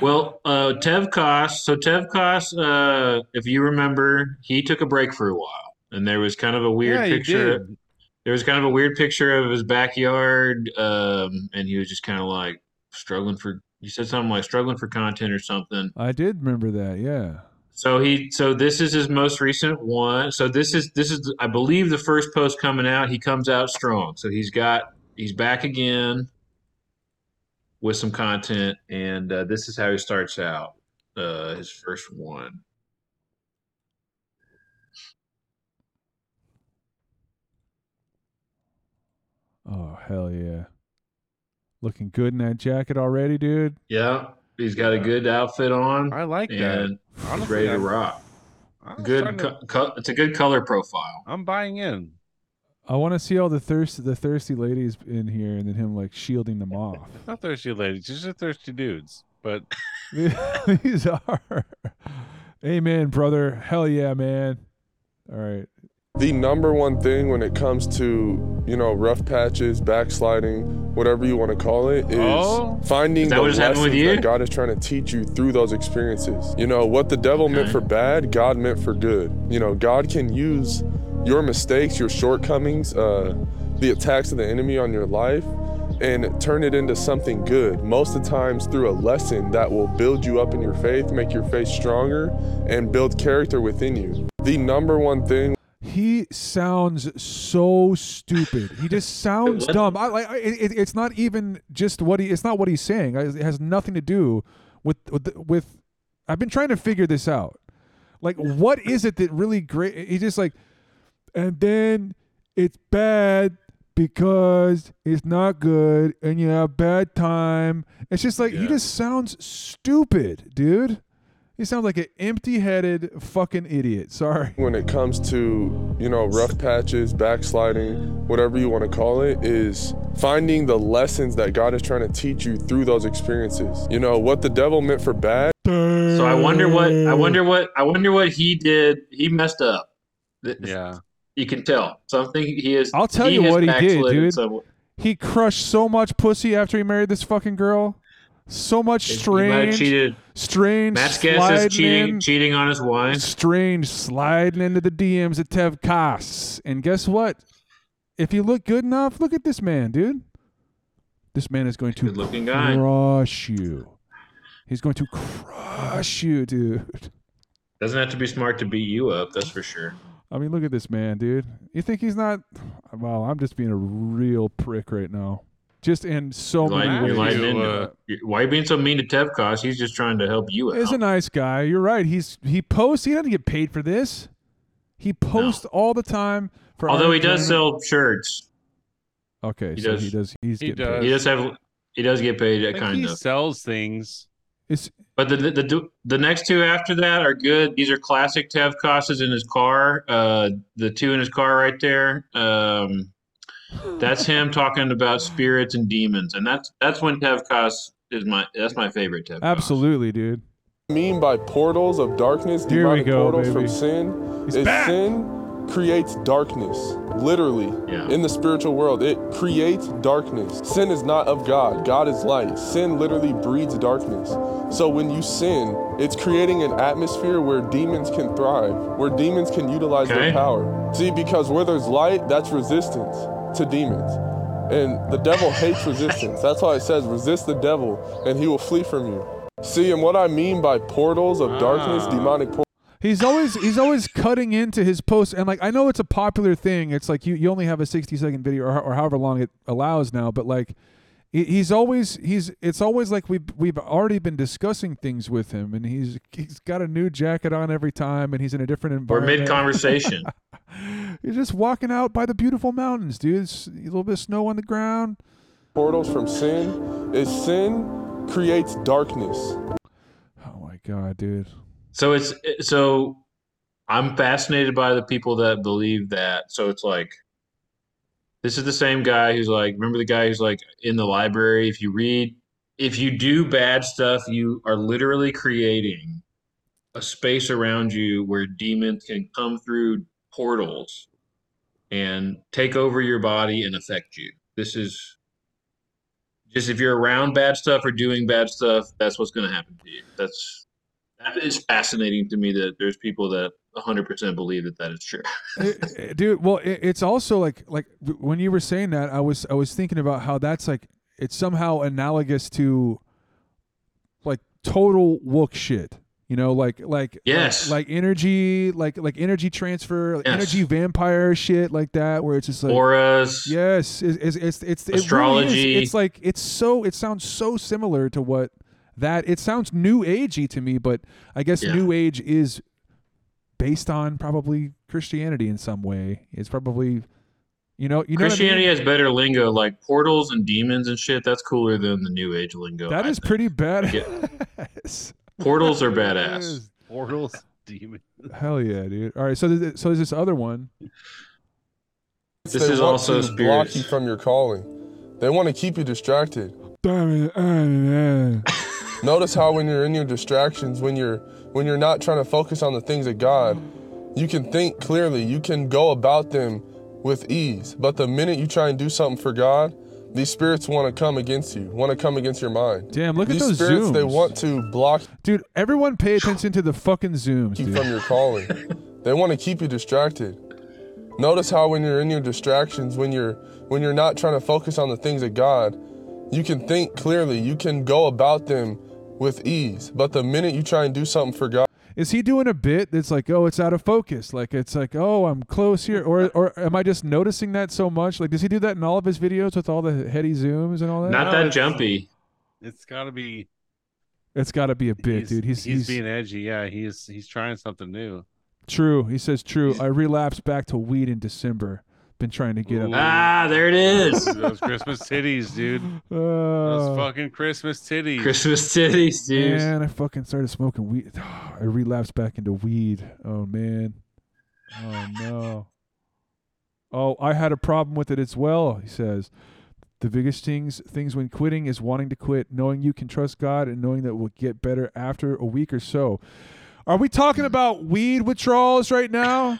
Well, uh Tevkos, so Tevkos uh if you remember, he took a break for a while and there was kind of a weird Yeah, he picture there was kind of a weird picture of his backyard um and he was just kind of like struggling for he said something like struggling for content or something. I did remember that. Yeah. So he so this is his most recent one. So this is this is I believe the first post coming out. He comes out strong. So he's got he's back again with some content, and uh, this is how he starts out uh, his first one. Oh hell yeah! Looking good in that jacket already, dude. Yeah, he's got a good outfit on. I like that. and he's Honestly, ready to I'm- rock. I'm Good, starting to- co- co- it's a good color profile. I'm buying in. I want to see all the thirsty, the thirsty ladies in here, and then him like shielding them off. Not thirsty ladies, just the thirsty dudes. But These are, amen, brother. Hell yeah, man. All right. The number one thing when it comes to, you know, rough patches, backsliding, whatever you want to call it, is Oh? finding Is that the what just happened lessons with you? that God is trying to teach you through those experiences. You know, what the devil meant for bad, God meant for good. You know, God can use your mistakes, your shortcomings, uh, the attacks of the enemy on your life, and turn it into something good. Most of the times through a lesson that will build you up in your faith, make your faith stronger, and build character within you. The number one thing He sounds so stupid. He just sounds dumb. I like I- it, it- It's not even just what he. It's not what he's saying. It has nothing to do with with. the- with I've been trying to figure this out. Like, what is it that really great? He just like, and then it's bad because it's not good and you have bad time. It's just like he Yeah. just sounds stupid, dude. He sounds like an empty-headed fucking idiot. Sorry. when it comes to you know rough patches backsliding whatever you want to call it is finding the lessons that god is trying to teach you through those experiences you know what the devil meant for bad So I wonder what Mm. I wonder what I wonder what he did. He messed up. Yeah, you can tell. Something he is. I'll tell you has what he did, backslidden dude. somewhat. He crushed so much pussy after he married this fucking girl. So much He might have strange, cheated. strange Matt's guess is sliding cheating, in- cheating on his wife. strange sliding into the DMs of Tev Koss. And guess what? If you look good enough, look at this man, dude. This man is going to Good-looking guy. crush you. He's going to crush you, dude. Doesn't have to be smart to beat you up. That's for sure. I mean, look at this man, dude. You think he's not? Well, I'm just being a real prick right now. Just in so You're lying- many you're ways. lying into it. You- uh, Why are you being so mean to Tevkos? He's just trying to help you out. is a nice guy. You're right. He's he posts. He doesn't get paid for this. He posts all the time for. our Although he does enjoyment. sell shirts. Okay, He so does. he does. He's he getting does. paid. He does have. He does get paid. That kind he of sells things. It's But the, the the the next two after that are good. These are classic Tev Costas in his car. Uh, the two in his car right there. Um, that's him talking about spirits and demons, and that's that's when Tev Costas is my that's my favorite Tev. absolutely, dude. mean by portals of darkness Here we demonic go, portals baby. from sin He's is back. sin creates darkness literally in the spiritual world it creates darkness sin is not of god god is light sin literally breeds darkness so when you sin it's creating an atmosphere where demons can thrive where demons can utilize Okay. their power see because where there's light that's resistance to demons and the devil hates resistance. That's why it says, resist the devil, and he will flee from you. See, and what I mean by portals of darkness, demonic portals. He's always he's always cutting into his posts, and like I know it's a popular thing. It's like you, you only have a sixty second video or, or however long it allows now, but like he- he's always he's it's always like we have we've already been discussing things with him, and he's he's got a new jacket on every time, and he's in a different We're environment. mid conversation. You're just walking out by the beautiful mountains, dude. It's a little bit of snow on the ground. Oh Portals from sin is sin creates darkness. Oh my god, dude. so it's so I'm fascinated by the people that believe that. So it's like this is the same guy who's like remember the guy who's like in the library if you read if you do bad stuff you are literally creating a space around you where demons can come through portals and take over your body and affect you. This is just if you're around bad stuff or doing bad stuff, that's what's going to happen to you. That's that is fascinating to me that there's people that 100% believe that that is true. Uh, dude well it, it's also like like w- when you were saying that i was i was thinking about how that's like it's somehow analogous to like total wook shit you know like like Yes. like, like energy like like energy transfer like Yes. energy vampire shit like that where it's just like Auras. yes it's it's it's, it's it really is. Astrology. it's like it's so it sounds so similar to what that it sounds new agey to me but i guess Yeah. new age is based on probably Christianity in some way. It's probably you know you know what I mean? Christianity has better lingo like portals and demons and shit. That's cooler than the new age lingo. that I is think. pretty bad. Portals are badass. Portals, demon. Hell yeah, dude! All right, so there's, so there's this other one. They want to block you from your calling. They want to keep you distracted. Notice how when you're in your distractions, when you're when you're not trying to focus on the things of God, you can think clearly, you can go about them with ease. But the minute you try and do something for God, these spirits want to come against you, want to come against your mind. Damn, look at these those spirits, They zooms. want to block Dude, everyone pay attention to the fucking zooms, you dude. from your calling. they want to keep you distracted. Notice how when you're in your distractions, when you're when you're not trying to focus on the things of God, you can think clearly, you can go about them with ease. But the minute you try and do something for God, Is he doing a bit that's like, oh, it's out of focus? Like it's like, oh, I'm close here, or or am I just noticing that so much? Like, does he do that in all of his videos with all the heady zooms and all that? Not that jumpy. It's got to be. It's got to be a bit, dude. He's he's being edgy. Yeah, he's he's trying something new. True. He says true. I relapsed back to weed in December. been trying to get up. Ah, there it is. Those Christmas titties, dude. Uh, Those fucking Christmas titties. Man, I fucking started smoking weed. I relapsed back into weed. Oh man. Oh no. Oh, I had a problem with it as well. He says, the biggest things things when quitting is wanting to quit, knowing you can trust God, and knowing that we'll get better after a week or so. Are we talking about weed withdrawals right now?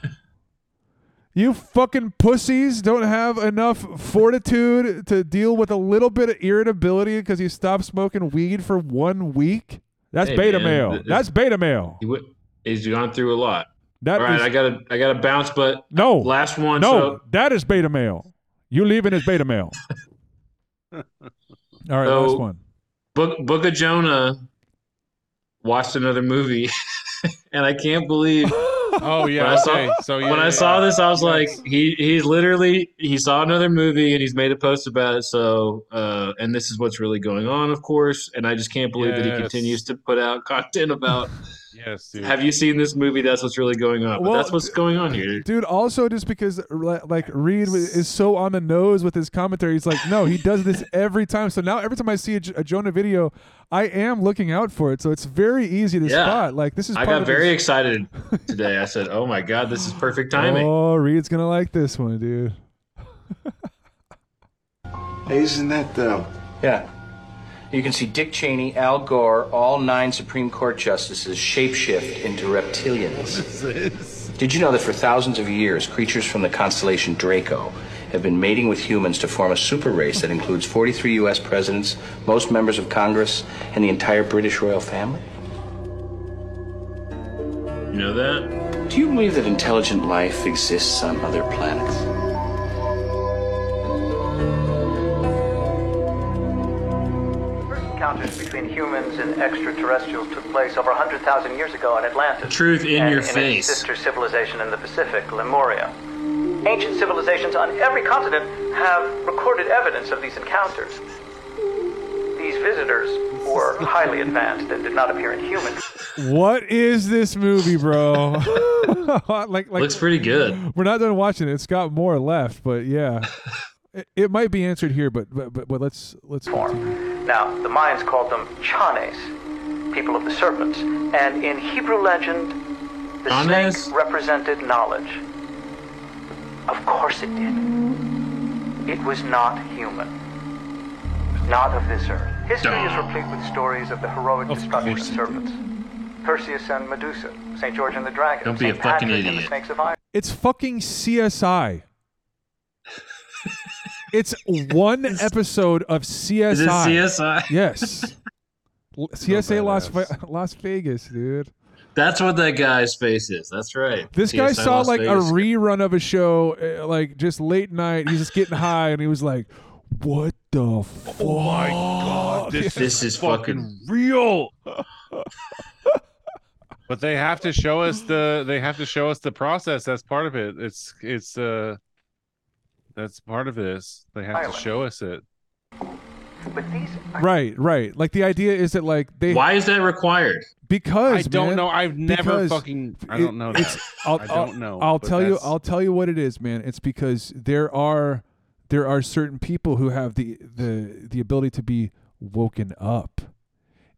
You fucking pussies don't have enough fortitude to deal with a little bit of irritability because you stopped smoking weed for one week. That's Hey, beta man, male. th- That's beta male. He w- he's gone through a lot. That All right, is- I gotta I gotta bounce, but No. last one. No, that is beta male. You leaving is beta male. All right, So- last one. Book Book of Jonah watched another movie, and I can't believe. Oh yeah. When I saw, okay. So yeah, when I yeah, saw yeah. this, I was like, he he's literally he saw another movie and he's made a post about it. So uh, and this is what's really going on, of course. And I just can't believe that he Yes. continues to put out content about. yes, dude. Have you seen this movie? That's what's really going on. But Well, that's what's going on here. Dude, also just because li- like Reed wa- is so on the nose with his commentary, he's like, no, he does this every time. So now every time I see a, J- a Jonah video, I am looking out for it. So it's very easy to spot. Like this is I part got of very his- excited today. I said, "Oh my god, this is perfect timing." Oh, Reed's gonna like this one, dude. Hey, isn't that uh, the. Yeah. You can see Dick Cheney, Al Gore, all nine Supreme Court justices shapeshift into reptilians. Did you know that for thousands of years, creatures from the constellation Draco have been mating with humans to form a super race that includes 43 U.S. presidents, most members of Congress, and the entire British royal family? You know that? Do you believe that intelligent life exists on other planets? Encounters between humans and extraterrestrials took place over 100,000 years ago in Atlantis. Truth in and your in face. Its sister civilization in the Pacific, Lemuria. Ancient civilizations on every continent have recorded evidence of these encounters. These visitors were highly advanced and did not appear in humans. What is this movie, bro? like, like Looks pretty good. We're not done watching it. It's got more left, but yeah, it, it might be answered here. But but but, but let's let's. continue. Now, the Mayans called them Chanes, people of the serpents, and in Hebrew legend, the Chanes? snake represented knowledge. Of course it did. It was not human, not of this earth. History is replete with stories of the heroic destruction of serpents. Perseus and Medusa, St. George and the Dragon, Don't be St. a fucking Patrick and the idiot. Snakes of Iron. It's fucking CSI. it's one episode of CSI. Is it CSI? Yes. L- CSA Las, Ve- Las Vegas, dude. That's what that guy's face is. That's right. This guy TSI saw Las like Vegas. a rerun of a show, uh, like just late night. He's just getting high, and he was like, "What the fuck?" Oh my god, this, This is fucking- real. but they have to show us the they have to show us the process. That's part of it. It's it's uh that's part of this. They have to show us it. Right, right. Like the idea is that like they. Why is that required? Because I don't man, know. I've never because fucking- I it- don't know that. it's- I'll, I I'll- don't know, I'll but tell you. that's- I'll tell you what it is, man. It's because there are there are certain people who have the the the ability to be woken up,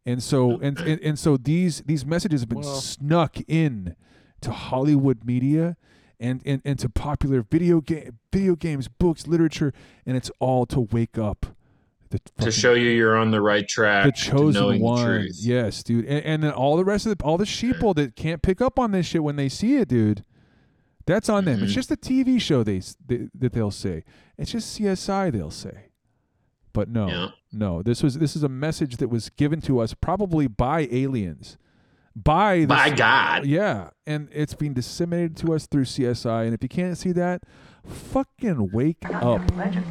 and so and and, and so these these messages have been Well- snuck in to Hollywood media. And, and, and to popular video game video games, books, literature, and it's all to wake up the To show you you're on the right track. the to chosen knowing one. The truth. Yes, dude. And, and then all the rest of the all the sheeple that can't pick up on this shit when they see it, dude. That's on Mm-hmm. them. It's just a TV show they, s- they that they'll say. It's just CSI they'll say. But no, no. This was this is a message that was given to us probably by aliens, by the, By God. Yeah, and it's being disseminated to us through CSI. And if you can't see that, fucking wake up. legend.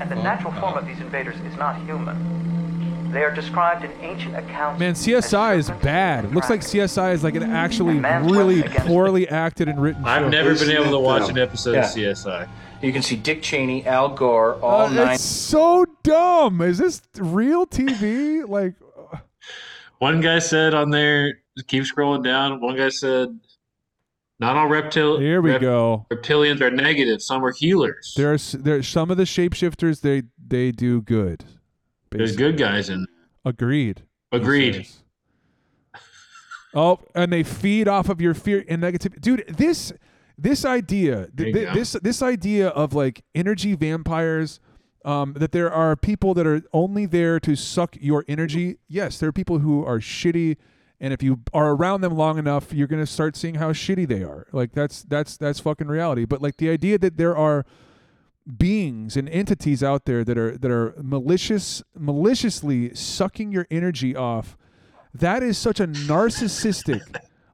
And the natural form of these invaders is not human. They are described in ancient accounts. Man, CSI is bad. It looks like CSI is like an actually really poorly acted and written. show. I've never been able to watch an episode Yeah. of CSI. You can see Dick Cheney, Al Gore, all Uh, nine. it's so dumb. Is this real TV? like, One guy said on there, keep scrolling down. One guy said, Not all reptil- Here we go. reptilians are negative. Some are healers. There's there's some of the shapeshifters they they do good. There's good guys in. Agreed. Agreed. Oh, and they feed off of your fear and negativity. Dude, this this idea, th- There you th- go. this this idea of like energy vampires, um, that there are people that are only there to suck your energy. Yes, there are people who are shitty, and if you are around them long enough, you're gonna start seeing how shitty they are. Like that's that's that's fucking reality. But like the idea that there are beings and entities out there that are that are malicious maliciously sucking your energy off that is such a narcissistic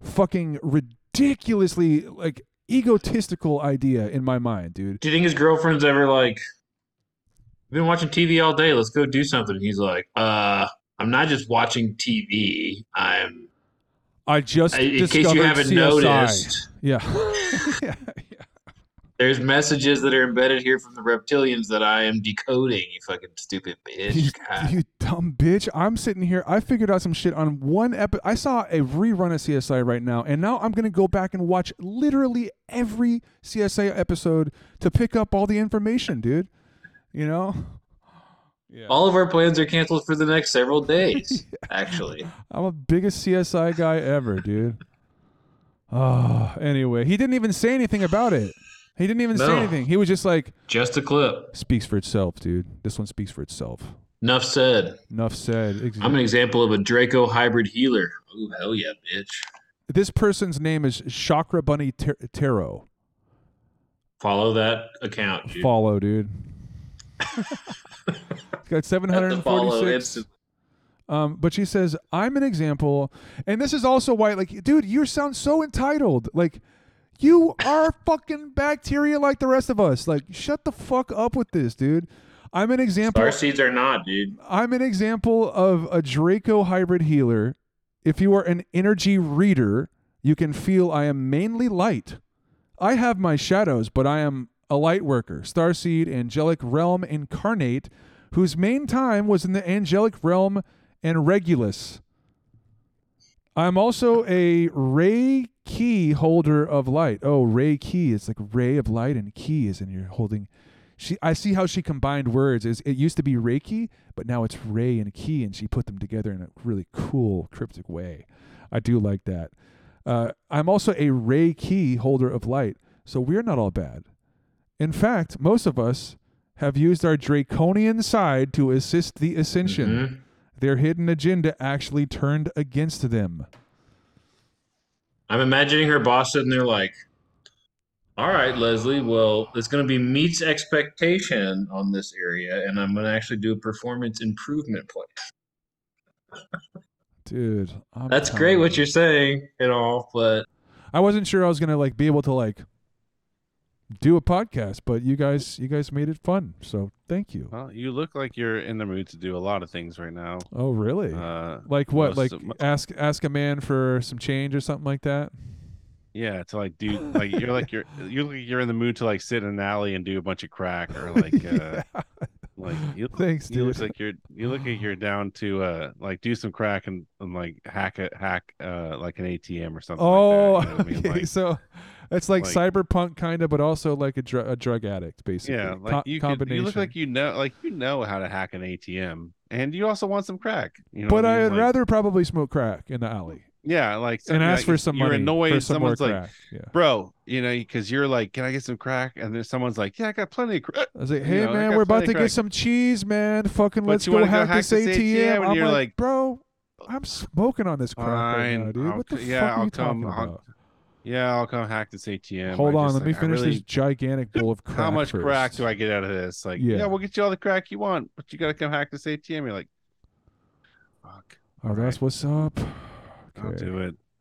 fucking ridiculously like egotistical idea in my mind dude Do you think his girlfriend's ever like, I've been watching TV all day. Let's go do something. And he's like, uh, I'm not just watching TV. I'm i just I- in discovered case you haven't CSI. noticed. yeah There's messages that are embedded here from the reptilians that I am decoding. You fucking stupid bitch. you, God. you dumb bitch i'm sitting here i figured out some shit on one episode i saw a rerun of csi right now and now i'm gonna go back and watch literally every csi episode to pick up all the information dude you know All of our plans are canceled for the next several days. Actually, I'm a biggest CSI guy ever, dude. Oh, anyway, he didn't even say anything about it. He didn't even say No. anything. He was just like, just a clip. speaks for itself, dude. This one speaks for itself. Enough said. Enough said. Ex- I'm an example of a Draco hybrid healer. Ooh, hell yeah, bitch. This person's name is Chakra Bunny Ter- Tarot. Follow that account, dude. Follow, dude. He's got Have to follow 746 instantly. Um, but she says, I'm an example. And this is also why, like, dude, you sound so entitled. Like, you are fucking bacteria like the rest of us. Like, shut the fuck up with this, dude. I'm an example. Star seeds are not, dude. I'm an example of a Draco hybrid healer. If you are an energy reader, you can feel I am mainly light. I have my shadows, but I am a light worker, starseed, angelic realm incarnate, whose main time was in the angelic realm and Regulus. I'm also a ray key holder of light. Oh, ray key. It's like ray of light and key is in your holding. She I see how she combined words. Is it used to be Reiki, but now it's ray and key, and she put them together in a really cool, cryptic way. I do like that. Uh, I'm also a ray key holder of light, so we're not all bad. In fact, most of us have used our draconian side to assist the ascension. Mm-hmm. Their hidden agenda actually turned against them. I'm imagining her boss sitting there like, all right, Leslie, well, it's going to be meets expectation on this area, and I'm going to actually do a performance improvement plan. Dude, I'm That's telling great you. what you're saying and all, but I wasn't sure I was gonna like be able to like do a podcast, but you guys, you guys made it fun. So thank you. Well, you look like you're in the mood to do a lot of things right now. Oh, really? Uh, like what? most Like of my- ask ask a man for some change or something like that. yeah, to like do like you're like you're you look like you're in the mood to like sit in an alley and do a bunch of crack or like uh like you Thanks, you look dude. like you're you look like you're down to uh like do some crack and, and like hack a hack uh like an ATM or something. Oh, like that, you know what I mean? okay. Like- so it's like, like- cyberpunk kind of, but also like a, dr- a drug addict, basically. Yeah, like Co- you, could, combination. you look like you know, like you know how to hack an ATM, and you also want some crack. You know but what I mean? would Like- rather probably smoke crack in the alley. Yeah, like and ask like, for some you're money annoyed. for some more someone's like, crack. Yeah. bro, you know, because you're like, can I get some crack? And then someone's like, yeah, I got plenty of crack. I was like, You hey know, I man, got we're about plenty to of get crack." some cheese, man. Fucking But let's you go wanna go hack hack this this ATM. ATM, and I'm you're like, like, bro, I'm smoking on this crap right now, Fine, dude. I'll what the c- fuck yeah, are I'll you come. talking I'll- about? Yeah, I'll come hack this ATM. Hold I on, just, let me like, I finish this really- gigantic bowl of crack. How much first. crack do I get out of this? Like, Yeah. yeah. we'll get you all the crack you want, but you got to come hack this ATM. You're like, Oh, that's what's up. I'll do it.